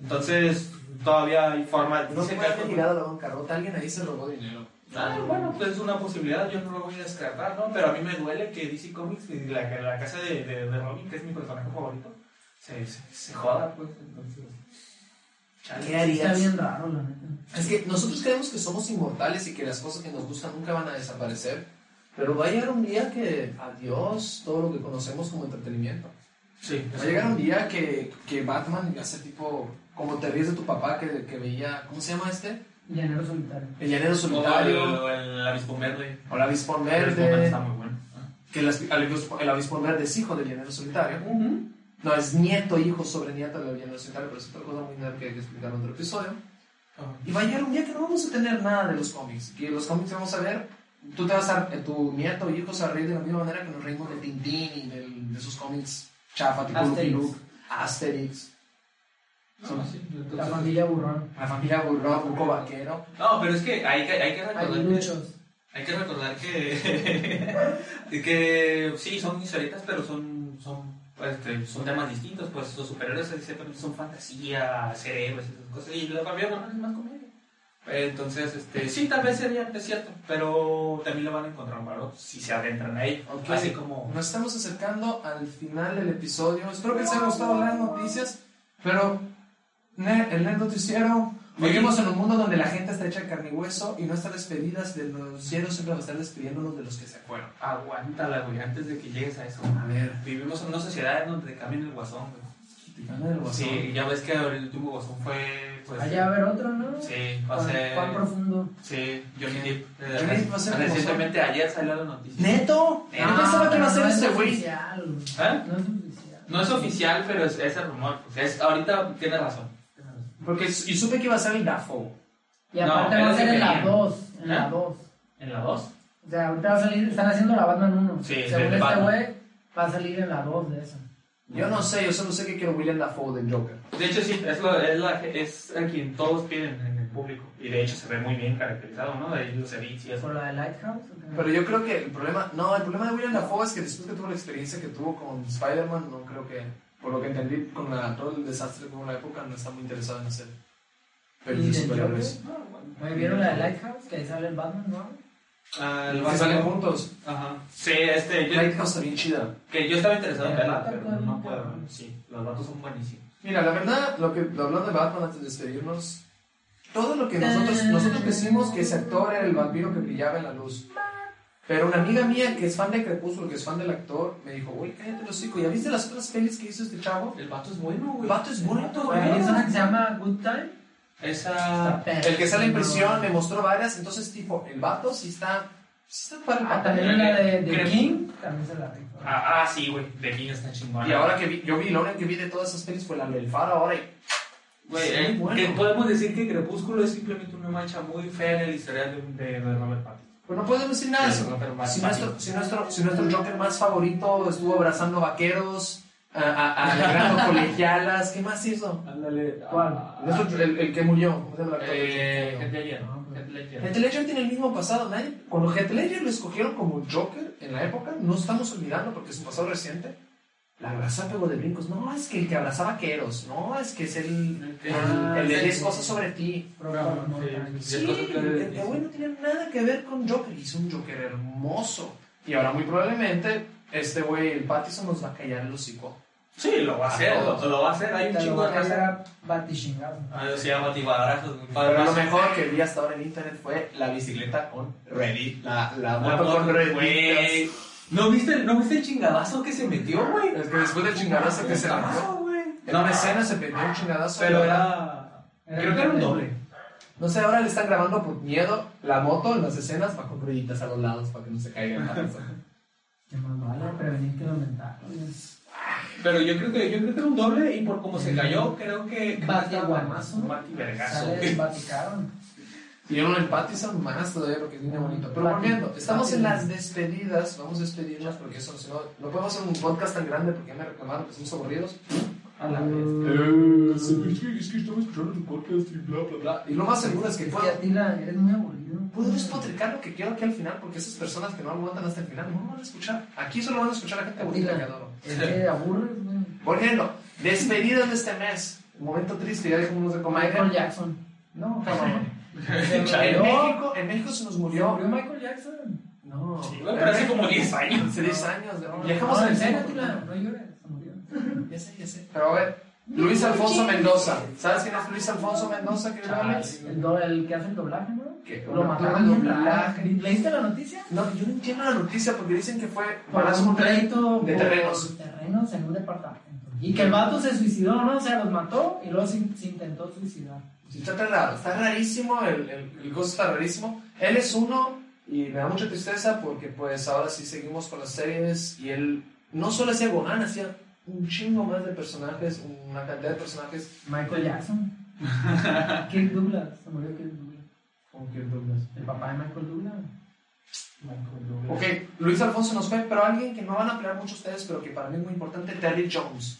Entonces, todavía hay forma.
No se
dicen que
puede
hay
haber
forma-
llegado a la bancarrota, alguien ahí se robó dinero.
Ah, bueno, pues es una posibilidad, yo no lo voy a descartar, ¿no? Pero a mí me duele que DC Comics, y la, la casa de, de, de Robin, que es mi personaje favorito, se, se, se joda, pues, entonces...
¿Qué
Chale.
Está
harías?
bien raro, la neta.
Es que nosotros creemos que somos inmortales y que las cosas que nos gustan nunca van a desaparecer, pero va a llegar un día que adiós todo lo que conocemos como entretenimiento.
Sí,
Va a llegar un día que, que Batman hace tipo, como te ríes de tu papá que, que veía, ¿cómo se llama este?
Llanero solitario.
El llanero
O el,
solitario,
o el Avispo Verde.
o el avispón
El Avispo Verde
verde,
está muy bueno.
que el, as- el avispo- el avispón verde es hijo del llanero solitario. No, es nieto, hijo, sobre nieto del llanero solitario, pero es otra cosa muy nerd que hay que explicar en otro episodio.
Ah,
Y va a llegar un día que no vamos a tener nada de los cómics. Que los cómics vamos a ver. Tú te vas a. eh, Tu nieto y hijos a reír de la misma manera que nos reímos de Tintín y del- de sus cómics chafa, tipo Lucky
Asterix.
Luke, Asterix,
No, Ah, sí, entonces-
La familia burrón.
la familia burrón, Buco Vaquero.
No, pero es que hay que, hay que recordar que-
Aguiluchos.
Hay que recordar que, que sí, son historietas, pero son, son, este, son temas distintos. Pues los superhéroes siempre son fantasía, cerebros, esas cosas. Y la familia humana es más comedia. Entonces, este, sí, tal vez sería es cierto, pero también lo van a encontrar un valor si se adentran ahí.
Ok.
Así como.
Nos estamos acercando al final del episodio. Espero que les haya gustado las noticias. Pero ne- el Net Noticiero Vivimos en un mundo donde la gente está hecha de carne y hueso y nuestras despedidas de los cielos siempre va a estar despidiéndonos de los que se fueron.
Aguántala, güey, antes de que llegues a eso.
A ver,
Vivimos en una sociedad en donde te cambian el guasón, güey.
te cambia de guasón.
Sí, ya ves que el último guasón fue. Pues,
Allá va a haber otro, ¿no?
Sí, o
Juan-
sea.
Juan Profundo.
Sí, Johnny Depp. eh,
Johnny Depp va a ser
Recientemente, ayer salió la noticia.
¿Neto? Yo
Ah,
pensaba que iba a
pero
ser
no
este
es
güey.
oficial, güey.
¿Eh?
No es oficial.
No es oficial, pero es, es el rumor. pues, es- ahorita tiene razón.
Porque s- y supe que iba a ser el Dafo.
Y aparte
No,
va a
es
ser
que
en la
querían.
2. En la
¿Eh?
2.
¿En la 2?
O sea, ahorita va a salir. Están haciendo la Batman 1.
Sí,
Según
de
este
Batman.
güey, va a salir en la 2 de eso.
Yo no sé, yo solo sé que quiero William Dafoe del Joker.
De hecho, sí, es, lo- es, la, es a quien todos piden en el público. Y de hecho se ve muy bien caracterizado, ¿no? De ahí los edits y eso.
¿Por la de Lighthouse? ¿o qué?
Pero yo creo que el problema, no, el problema de William Dafoe es que después que tuvo la experiencia que tuvo con Spider-Man, no creo que, por lo que entendí, con la- todo el desastre que hubo en la época, no está muy interesado en hacer
¿Y
películas de
del
superhéroes.
Güey, ¿Vieron la de Lighthouse? Que ahí sale el Batman, ¿no?
Ah, el
Que
Batman.
salen juntos.
Ajá. Sí, este, yo,
Lighthouse está bien chida.
que yo estaba interesado en
El
verla,
vato
pero
con-
no puedo. Sí, los datos son buenísimos.
Mira, la verdad, lo que lo hablando de Batman antes de despedirnos, todo lo que nosotros nosotros decimos que ese actor era el vampiro que brillaba en la luz. Pero una amiga mía que es fan de Crepúsculo, que es fan del actor, me dijo, güey, cállate los hocico, ¿ya viste las otras pelis que hizo este chavo?
El vato es bueno,
El
güey.
vato es bonito,
Güey,
güey.
es una que se llama Good Time.
Esa.
El que sale en prisión me mostró varias, entonces tipo, el vato sí está, sí está para el
Ah,
vato.
también la de, de
Creo-
King. También se la rifa.
Ah, ah, sí, güey. De King está chingona.
Y ahora que vi, yo vi, la única que vi de todas esas pelis fue la del faro ahora y...
Güey,
Sí,
eh,
bueno.
que podemos decir que Crepúsculo es simplemente una mancha muy fea en el historial de, de, de Robert Pattinson.
Pues no podemos decir nada de eso.
Ah, Sí, no, pero más
si,
fácil.
nuestro, si, nuestro, si nuestro Joker más favorito estuvo abrazando vaqueros, a- a- a- alegrando colegialas, ¿qué más hizo?
Ándale.
¿Cuál?
Nuestro- el, el que murió. ¿cómo se llama el actor?
Ah, Eh, Heath Ledger,
No, güey.
Heath Ledger.
Heath Ledger tiene el mismo pasado, nadie. Cuando Heath Ledger lo escogieron como Joker en la época, no estamos olvidando porque es un pasado reciente. La abrazaba pegó de brincos. No, es que el que abrazaba vaqueros. No, es que es el, el,
Ah,
el de
sí.
10 cosas sobre ti.
Programa, ¿no?
Sí,
Sí,
cosas que-
el güey no tiene nada que ver con Joker, hizo un Joker hermoso. Y ahora muy probablemente este güey, el Pattinson, nos va a callar el hocico.
Sí, lo va a hacer,
A
lo,
todos.
Ah, lo va a hacer. Hay un
Te lo
chingo
va
de
a hacer
raza.
a batichingazo.
Ah, yo sí, a batibadrazos, güey.
Pero
Para-
lo mejor que vi hasta ahora en internet fue la bicicleta con Ready. La, la
La
moto
moto,
con Ready.
güey. ¿No viste, el- ¿No viste el chingadazo que se metió, güey?
Es que después del chingadazo que se la
Ah, güey.
En una escena se pegó un chingadazo.
Pero era. Creo que era un doble.
No sé, ahora le están grabando por miedo la moto en las escenas, va con rueditas a los lados para que no se caiga el Pattinson.
Qué mamada, prevenir que lo mental.
Pero yo creo que yo creo que era un doble y por cómo se cayó, creo que.
Bati guamazo.
Bati vergazo.
Sale el Vaticaron.
Y yo no el Pattinson más todavía porque es bien bonito. Pero volviendo, estamos en las despedidas, vamos a despedirnos porque eso si no, no podemos hacer un podcast tan grande porque ya me reclamaron que somos aburridos.
A la vez.
Eh, es que estamos escuchando tu podcast y bla, bla, bla.
Y lo más seguro es que
Es que
puedo,
Atila, eres muy aburrido.
puedo despotricar lo que quiero aquí al final porque esas personas que no aguantan hasta el final no lo van a escuchar. Aquí solo van a escuchar a gente bonita que adoro.
Es que aburres, güey.
Volviendo, despedidas de este mes. Un momento triste, ya dejamos de comer.
Michael Jackson.
No, cabrón.
Se
En
murió.
México, en México se nos
Se
murió.
murió Michael Jackson.
No.
Sí, güey, pero hace como 10 años.
Hace 10 años. ¿no? Viajamos
No,
en
en serio,
el
Atila, no llores. Se murió.
Ya sé, ya sé. Pero a ver, Luis Alfonso Mendoza. ¿Sabes quién es Luis Alfonso Mendoza, querido Alex?
El, do- el que hace el doblaje, ¿no?
Que
Lo mataron en doblaje. ¿Leíste la noticia?
No, yo no entiendo la noticia porque dicen que fue
Por
balazo
un
con rey.
pleito
de
por
terrenos.
terrenos en un departamento. Y que el vato se suicidó, ¿no? O sea, los mató y luego se, se intentó suicidar.
Sí, Está tan raro, está rarísimo, el, el, el gozo está rarísimo. Él es uno y me da mucha tristeza porque pues ahora sí seguimos con las series y él no solo hacía Gohan, hacía un chingo más de personajes, una cantidad de personajes
Michael Jackson. Kirk Douglas. Se murió Kirk Douglas.
como que Douglas.
El papá de Michael Douglas.
Ok, Luis Alfonso nos fue, pero alguien que no van a pelear mucho ustedes, pero que para mí es muy importante, Terry Jones.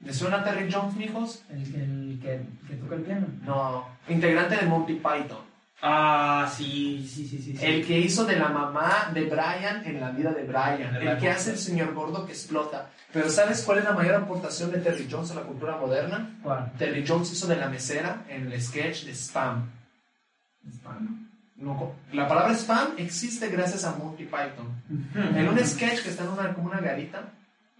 ¿Le suena Terry Jones, mijos?
El, que- el que, que toca el piano.
No, integrante de Monty Python.
Ah, sí, sí, sí, sí. sí.
El que hizo de la mamá de Brian en la vida de Brian.
De la
El que
mamá.
hace el señor gordo que explota. Pero ¿sabes cuál es la mayor aportación de Terry Jones a la cultura moderna?
¿Cuál?
Terry Jones hizo de la mesera en el sketch de Spam.
Hispano.
No co- la palabra spam existe gracias a Monty Python. En un sketch que está en una, como una garita,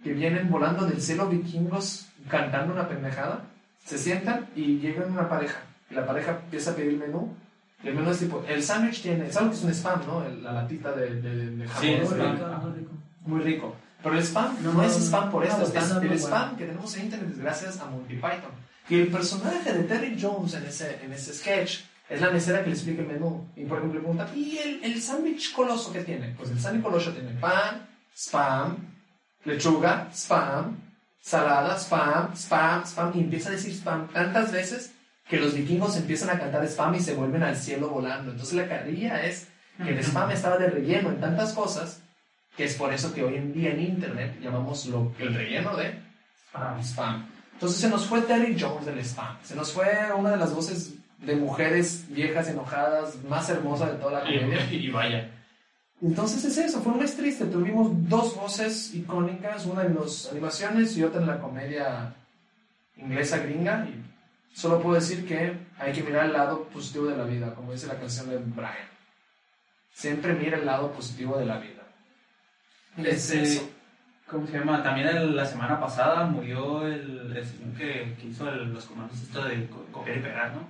que vienen volando del cielo vikingos cantando una pendejada, se sientan y llegan una pareja. y la pareja empieza a pedir el menú. Y el menú es tipo, el sándwich tiene, ¿sabes lo que es un spam, no? El- la latita de, de, de jamón.
Sí,
Muy
es
¿no?
spam.
rico, muy rico.
Muy rico. Pero el spam no,
No,
es
no,
spam por
no,
esto,
no,
es
está
el
muy bueno.
spam que tenemos en internet es gracias a Monty Python. Que el personaje de Terry Jones en ese, en ese sketch es la mesera que le explica el menú. Y por ejemplo le pregunta, ¿y el, el sándwich coloso que tiene? Pues el sándwich coloso tiene pan, spam, lechuga, spam, salada, spam, spam, spam. Y empieza a decir spam tantas veces que los vikingos empiezan a cantar spam y se vuelven al cielo volando. Entonces la carrilla es que el spam estaba de relleno en tantas cosas que es por eso que hoy en día en internet llamamos lo, el relleno de
Ah,
spam. spam. Entonces se nos fue Terry Jones del spam, se nos fue una de las voces de mujeres viejas enojadas más hermosa de toda la comedia.
Y, y vaya.
Entonces es eso, fue un mes triste, tuvimos dos voces icónicas, una en las animaciones y otra en la comedia inglesa gringa y solo puedo decir que hay que mirar el lado positivo de la vida, como dice la canción de Brian. Siempre mira el lado positivo de la vida. Es
Este,
eso.
¿Cómo se llama? También el- la semana pasada murió el, el señor que, que hizo el- los comandos esto de co- copiar y pegar, ¿no?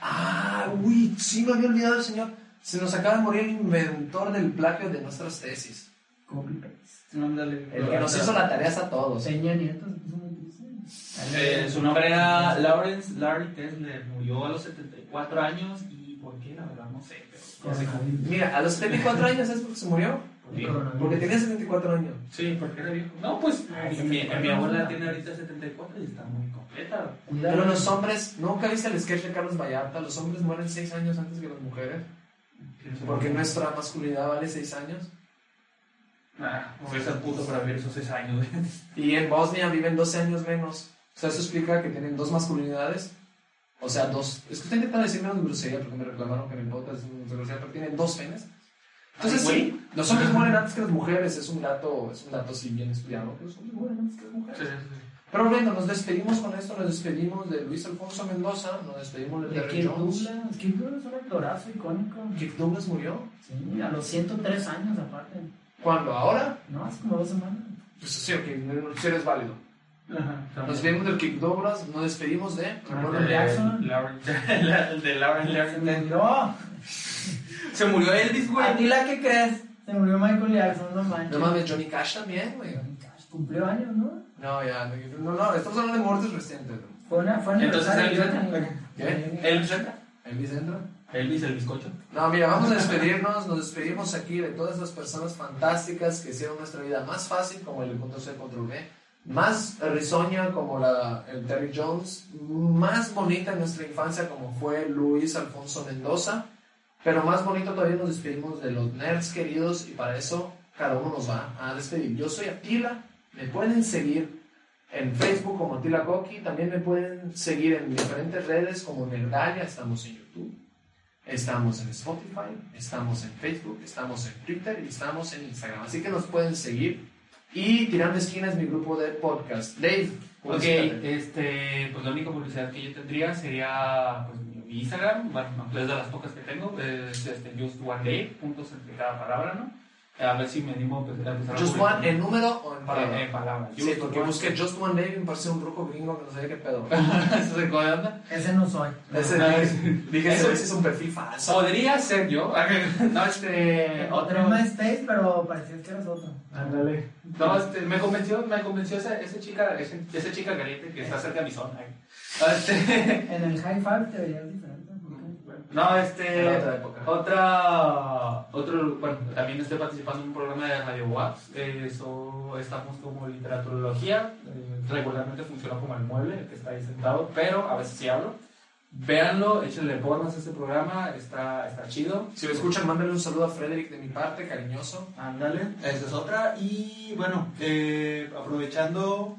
Ah, uy, sí me había olvidado el señor. Se nos acaba de morir el inventor del plagio de nuestras tesis.
Copy paste.
El que nos hizo la tarea a todos.
Peña Nieto se puso muy triste.
Eh, su nombre era Lawrence Larry Tesler, murió a los 74 años y ¿por qué? La verdad no sé, pero...
Coronavirus.
Mira, a los 34 años, ¿sabes por qué se murió?
Coronavirus.
Porque tenía 74 años.
Sí, porque era viejo. No, pues
Ah,
mi,
74.
mi abuela tiene ahorita 74 y está muy completa.
Cuidado.
Pero los hombres, ¿nunca viste el sketch de Carlos Vallarta? Los hombres mueren 6 años antes que las mujeres. Porque nuestra masculinidad vale 6 años.
Nah, no seas puto para vivir esos 6 años.
Y en Bosnia viven 12 años menos. O sea, eso explica que tienen dos masculinidades. O sea, dos. Es que estoy intentando decir menos grosería porque me reclamaron que mi podcast es menos grosería, pero tienen dos penes. Entonces,
Ay, güey.
sí, los hombres mueren antes que las mujeres. Es un dato, es un dato sí bien estudiado. que Los hombres mueren antes que las mujeres. Pero bueno, nos despedimos con esto. Nos despedimos de Luis Alfonso Mendoza. Nos despedimos de
De
Terry
Kirk
Jones.
Douglas. Kirk Douglas es un actorazo icónico.
Kirk Douglas murió.
Sí, a los 103 años aparte.
¿Cuándo? ¿Ahora?
No, hace como dos semanas.
Pues sí, ok, no- si eres válido.
Ajá,
Nos despedimos del Kirk Douglas. Nos despedimos de.
de Jackson.
El de Lawrence
Se
Larry Tesler.
murió.
Se murió Elvis,
¿A ti
güey.
la que crees? Se murió Michael Jackson, no manches.
No mames, Johnny Cash también, güey.
Cumplió años, ¿no?
No, ya, no, no, estamos hablando de muertes recientes. ¿no?
Fue una. Fue una
Entonces, ¿Eh?
¿Qué?
Elvis entra.
¿Elvis entra?
Elvis, el bizcocho.
No, mira, vamos a despedirnos, nos despedimos aquí de todas las personas fantásticas que hicieron nuestra vida más fácil, como el punto C, control B, más risueña como la, el Terry Jones, más bonita en nuestra infancia como fue Luis Alfonso Mendoza, pero más bonito todavía nos despedimos de los nerds queridos y para eso cada uno nos va a despedir. Yo soy Atila, me pueden seguir en Facebook como Atila Coqui, también me pueden seguir en diferentes redes como Nerdalia, estamos en YouTube. Estamos en Spotify, estamos en Facebook, estamos en Twitter y estamos en Instagram. Así que nos pueden seguir. Y Tirando Esquina es mi grupo de podcast. Dave,
Ok,
publicítate.
este, pues la única publicidad que yo tendría sería pues, mi mi Instagram, bueno, no, es de las pocas que tengo, es este, just one day, puntos entre cada palabra, ¿no? A ver si me animo a empezar a empezar a
Just
publicar.
One en número o en
Ah, Para- eh,
palabra.
en palabras.
Sí,
Just
porque
one
busqué
day.
Just One Dave y me parece un roco gringo que no sabía qué pedo.
¿Estás de acuerdo, Ana?
Ese no soy.
Ese,
No,
dije, dije,
eso-
ese es un perfil falso.
Podría ser yo. No, este,
Eh, Otro
otro.
en MySpace, pero parecía que eras otro.
Ándale.
No, este, me convenció, me convenció esa, esa chica, esa, esa chica caliente que está cerca de mi zona. eh. Este,
En el High Five te veías diferente. ¿por qué?
no, este.
Era otra época.
Otra, otro, bueno, también estoy participando en un programa de Radio Wax, eh, so- estamos como literaturología, eh, regularmente funciona como el mueble, el que está ahí sentado, pero a veces sí hablo. Véanlo, échenle porras a este programa, está, está chido.
Si lo escuchan, mándale un saludo a Frederick de mi parte, cariñoso.
Ándale, esa es otra. Y bueno, eh, aprovechando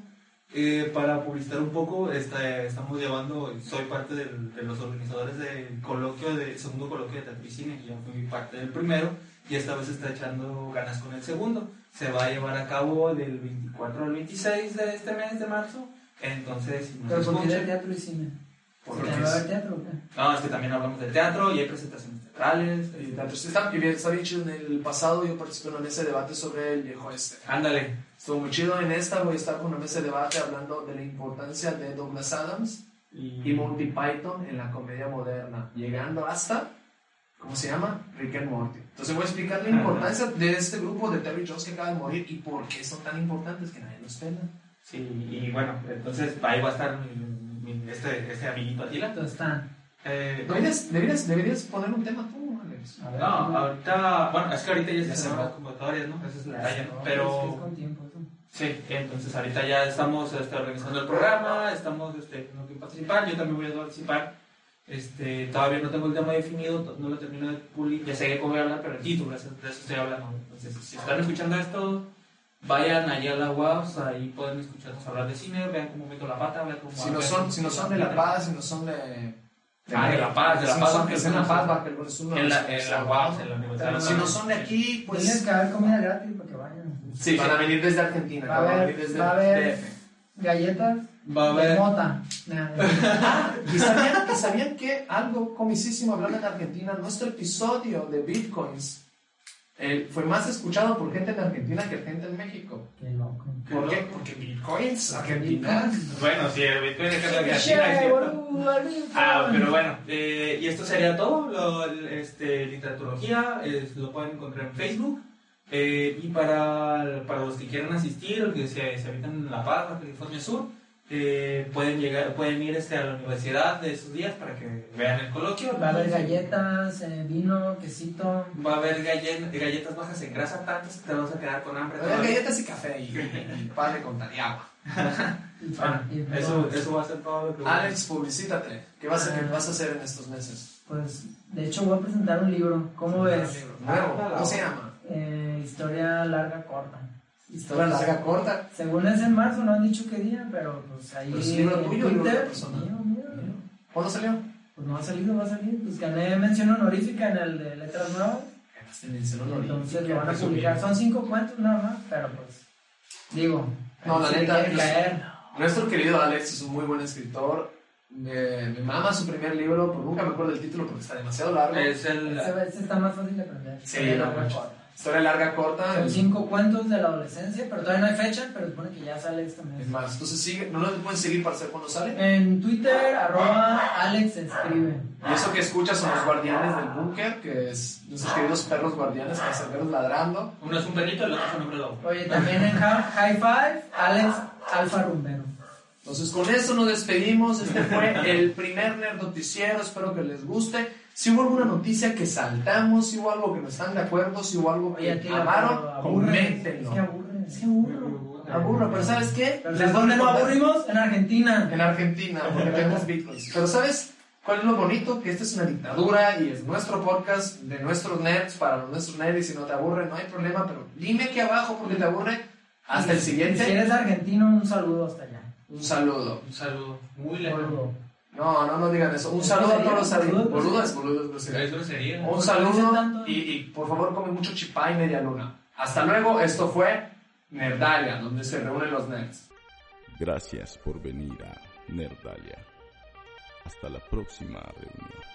eh, para publicitar un poco, esta- estamos llevando, soy parte del- de los organizadores del coloquio, del segundo coloquio de teatro y cine, que ya fui parte del primero, y esta vez está echando ganas con el segundo. Se va a llevar a cabo del 24 al 26 de este mes de marzo. Entonces, si nos
Pero ¿por qué de
escuchan-
teatro y cine?
¿Por
¿Te
qué?
va a ver teatro o qué?
No, es que también hablamos de teatro y hay presentaciones teatrales.
Y
eh,
tanto, Está, bien, está bien chido. En el pasado yo participé en ese debate sobre el viejo este.
Ándale,
Estuvo muy chido en esta, voy a estar con una mesa de debate hablando de la importancia de Douglas Adams y Monty Python en la comedia moderna, llegando hasta, ¿cómo se llama? Rick and Morty. Entonces voy a explicar la importancia de este grupo de Terry Jones que acaba de morir y por qué son tan importantes que nadie los pela.
Sí, y bueno, entonces ahí va a estar mi- mi- este, este amiguito Atila.
Entonces están.
Eh,
Deberías, deberías, deberías poner un tema tú, Alex.
A ver,
No, ahorita, bueno, es que ahorita ya
Ya
se cerraron
cerró.
las convocatorias, ¿no? Esa es la
Las-
talla,
no, es que es
pero
con tiempo eso.
sí, entonces ahorita ya estamos este, organizando el programa, estamos este, teniendo que participar, yo también voy a participar. Este, todavía no tengo el tema definido, to- no lo termino de pulir, ya sé de cómo voy a hablar, pero el título, de eso de eso estoy hablando. Entonces, si están escuchando esto, vayan allá a la UAPS, ahí pueden escucharnos hablar de cine, vean cómo meto la pata, vean cómo...
Si no son, si no son de La Paz, si no son de...
Ah, de La Paz, de La
si
Paz,
No son,
porque
es en
son-
La Paz, Barcelona es uno.
En la, en la UAPS, en la Universidad
Si no son de aquí,
Tienes
pues
que haber comida gratis para que vayan.
Sí,
van a venir desde Argentina.
Va a
van a
haber-
venir desde
va a haber-
DF.
Galletas
va a
de
haber...
mota. Nada.
Ah, ¿Y sabían, y sabían que algo comicísimo hablando en Argentina, nuestro episodio de Bitcoins eh, fue más escuchado por gente en Argentina que gente en México?
Qué loco.
¿Por qué? Porque Bitcoins, Argentina.
Bueno, sí, el Bitcoin es la
Che,
Argentina, es cierto.
boludo, arriba.
Ah, pero bueno, eh, y esto sería todo. Lo, el- este, literaturología eh, lo pueden encontrar en Facebook. Eh, y para, para los que quieran asistir o que se, se habitan en La Paz, Baja California Sur, eh, pueden, llegar, pueden ir este, a la universidad de esos días para que vean el coloquio.
Va a haber galletas, eh, vino, quesito.
Va a haber gallet- galletas bajas en grasa, tantas que te vas a quedar con hambre.
Había galletas y café y, y pan de contar y agua.
Y
Bueno,
pan, y
Ah,
pues,
eso,
todo.
eso va a ser todo lo que
Alex, publicítate. ¿Qué vas, a, qué vas a hacer en estos meses?
Pues, de hecho, voy a presentar un libro. ¿Cómo ves?
Nuevo. ¿Cómo se llama?
Eh, historia larga, corta.
Historia
Pues,
larga, corta.
Según es en marzo, no han dicho qué día, pero pues ahí.
Pero es libro
en
tuyo, libro de
Twitter,
otra persona.
mío, mío, mío.
¿Cuándo salió?
Pues no ha salido, va a salir. Pues gané mención honorífica en el de Letras Nuevas.
Ganaste mención honorífica.
Entonces lo van a publicar. Son cinco cuentos nada más, pero pues. Digo.
No,
ahí
la
sí
neta,
quieren
pues,
caer.
Nuestro querido Alex es un muy buen escritor. Me, me mama su primer libro, pero nunca me acuerdo del título porque está demasiado largo.
Es el,
Ese, ese está más fácil de aprender.
Sí,
Historia
no
larga,
manches.
corta.
Historia larga, corta.
Son
en-
cinco cuentos de la adolescencia, pero todavía no hay fecha, pero supone que ya sale este mes.
en marzo. Entonces, sigue, no lo pueden seguir para saber cuándo sale.
En Twitter, arroba Alex escribe.
Y eso que escuchas son los guardianes del búnker, que es nuestros queridos perros guardianes, cancerberos ladrando.
uno es un perrito y el otro es un hombre lobo.
Oye, también en Ha- High Five, Alex Alfa Rumbero.
Entonces, con eso nos despedimos. Este fue el primer Nerd Noticiero. Espero que les guste. Si hubo alguna noticia que saltamos, si hubo algo que no están de acuerdo, si hubo algo
Oye,
que
aquí
amaron,
Es que
coméntenlo.
aburre. Es que aburro.
Aburro, pero ¿sabes qué?
Pero
Les
¿sabes
voy a
dónde no
recordar-
aburrimos? En Argentina.
En Argentina, porque tenemos bitcoins. Pero ¿sabes cuál es lo bonito? Que esta es una dictadura y es nuestro podcast de nuestros nerds para los nuestros nerds. Y si no te aburre, no hay problema. Pero dime aquí abajo porque te aburre. Hasta el
Si
siguiente.
eres argentino, un saludo hasta allá.
Un saludo.
Un saludo. Muy lejos.
Boludo.
No, no, no digan eso. Un saludo a todos los
Boludo,
adultos.
pues.
Boludo es boludo es grosero.
Eso sería.
Un
Dicen
saludo
tanto.
y, y, por favor come mucho chipá y media luna. Hasta luego. Esto fue Nerdalia, donde se reúnen los nerds.
Gracias por venir a Nerdalia. Hasta la próxima reunión.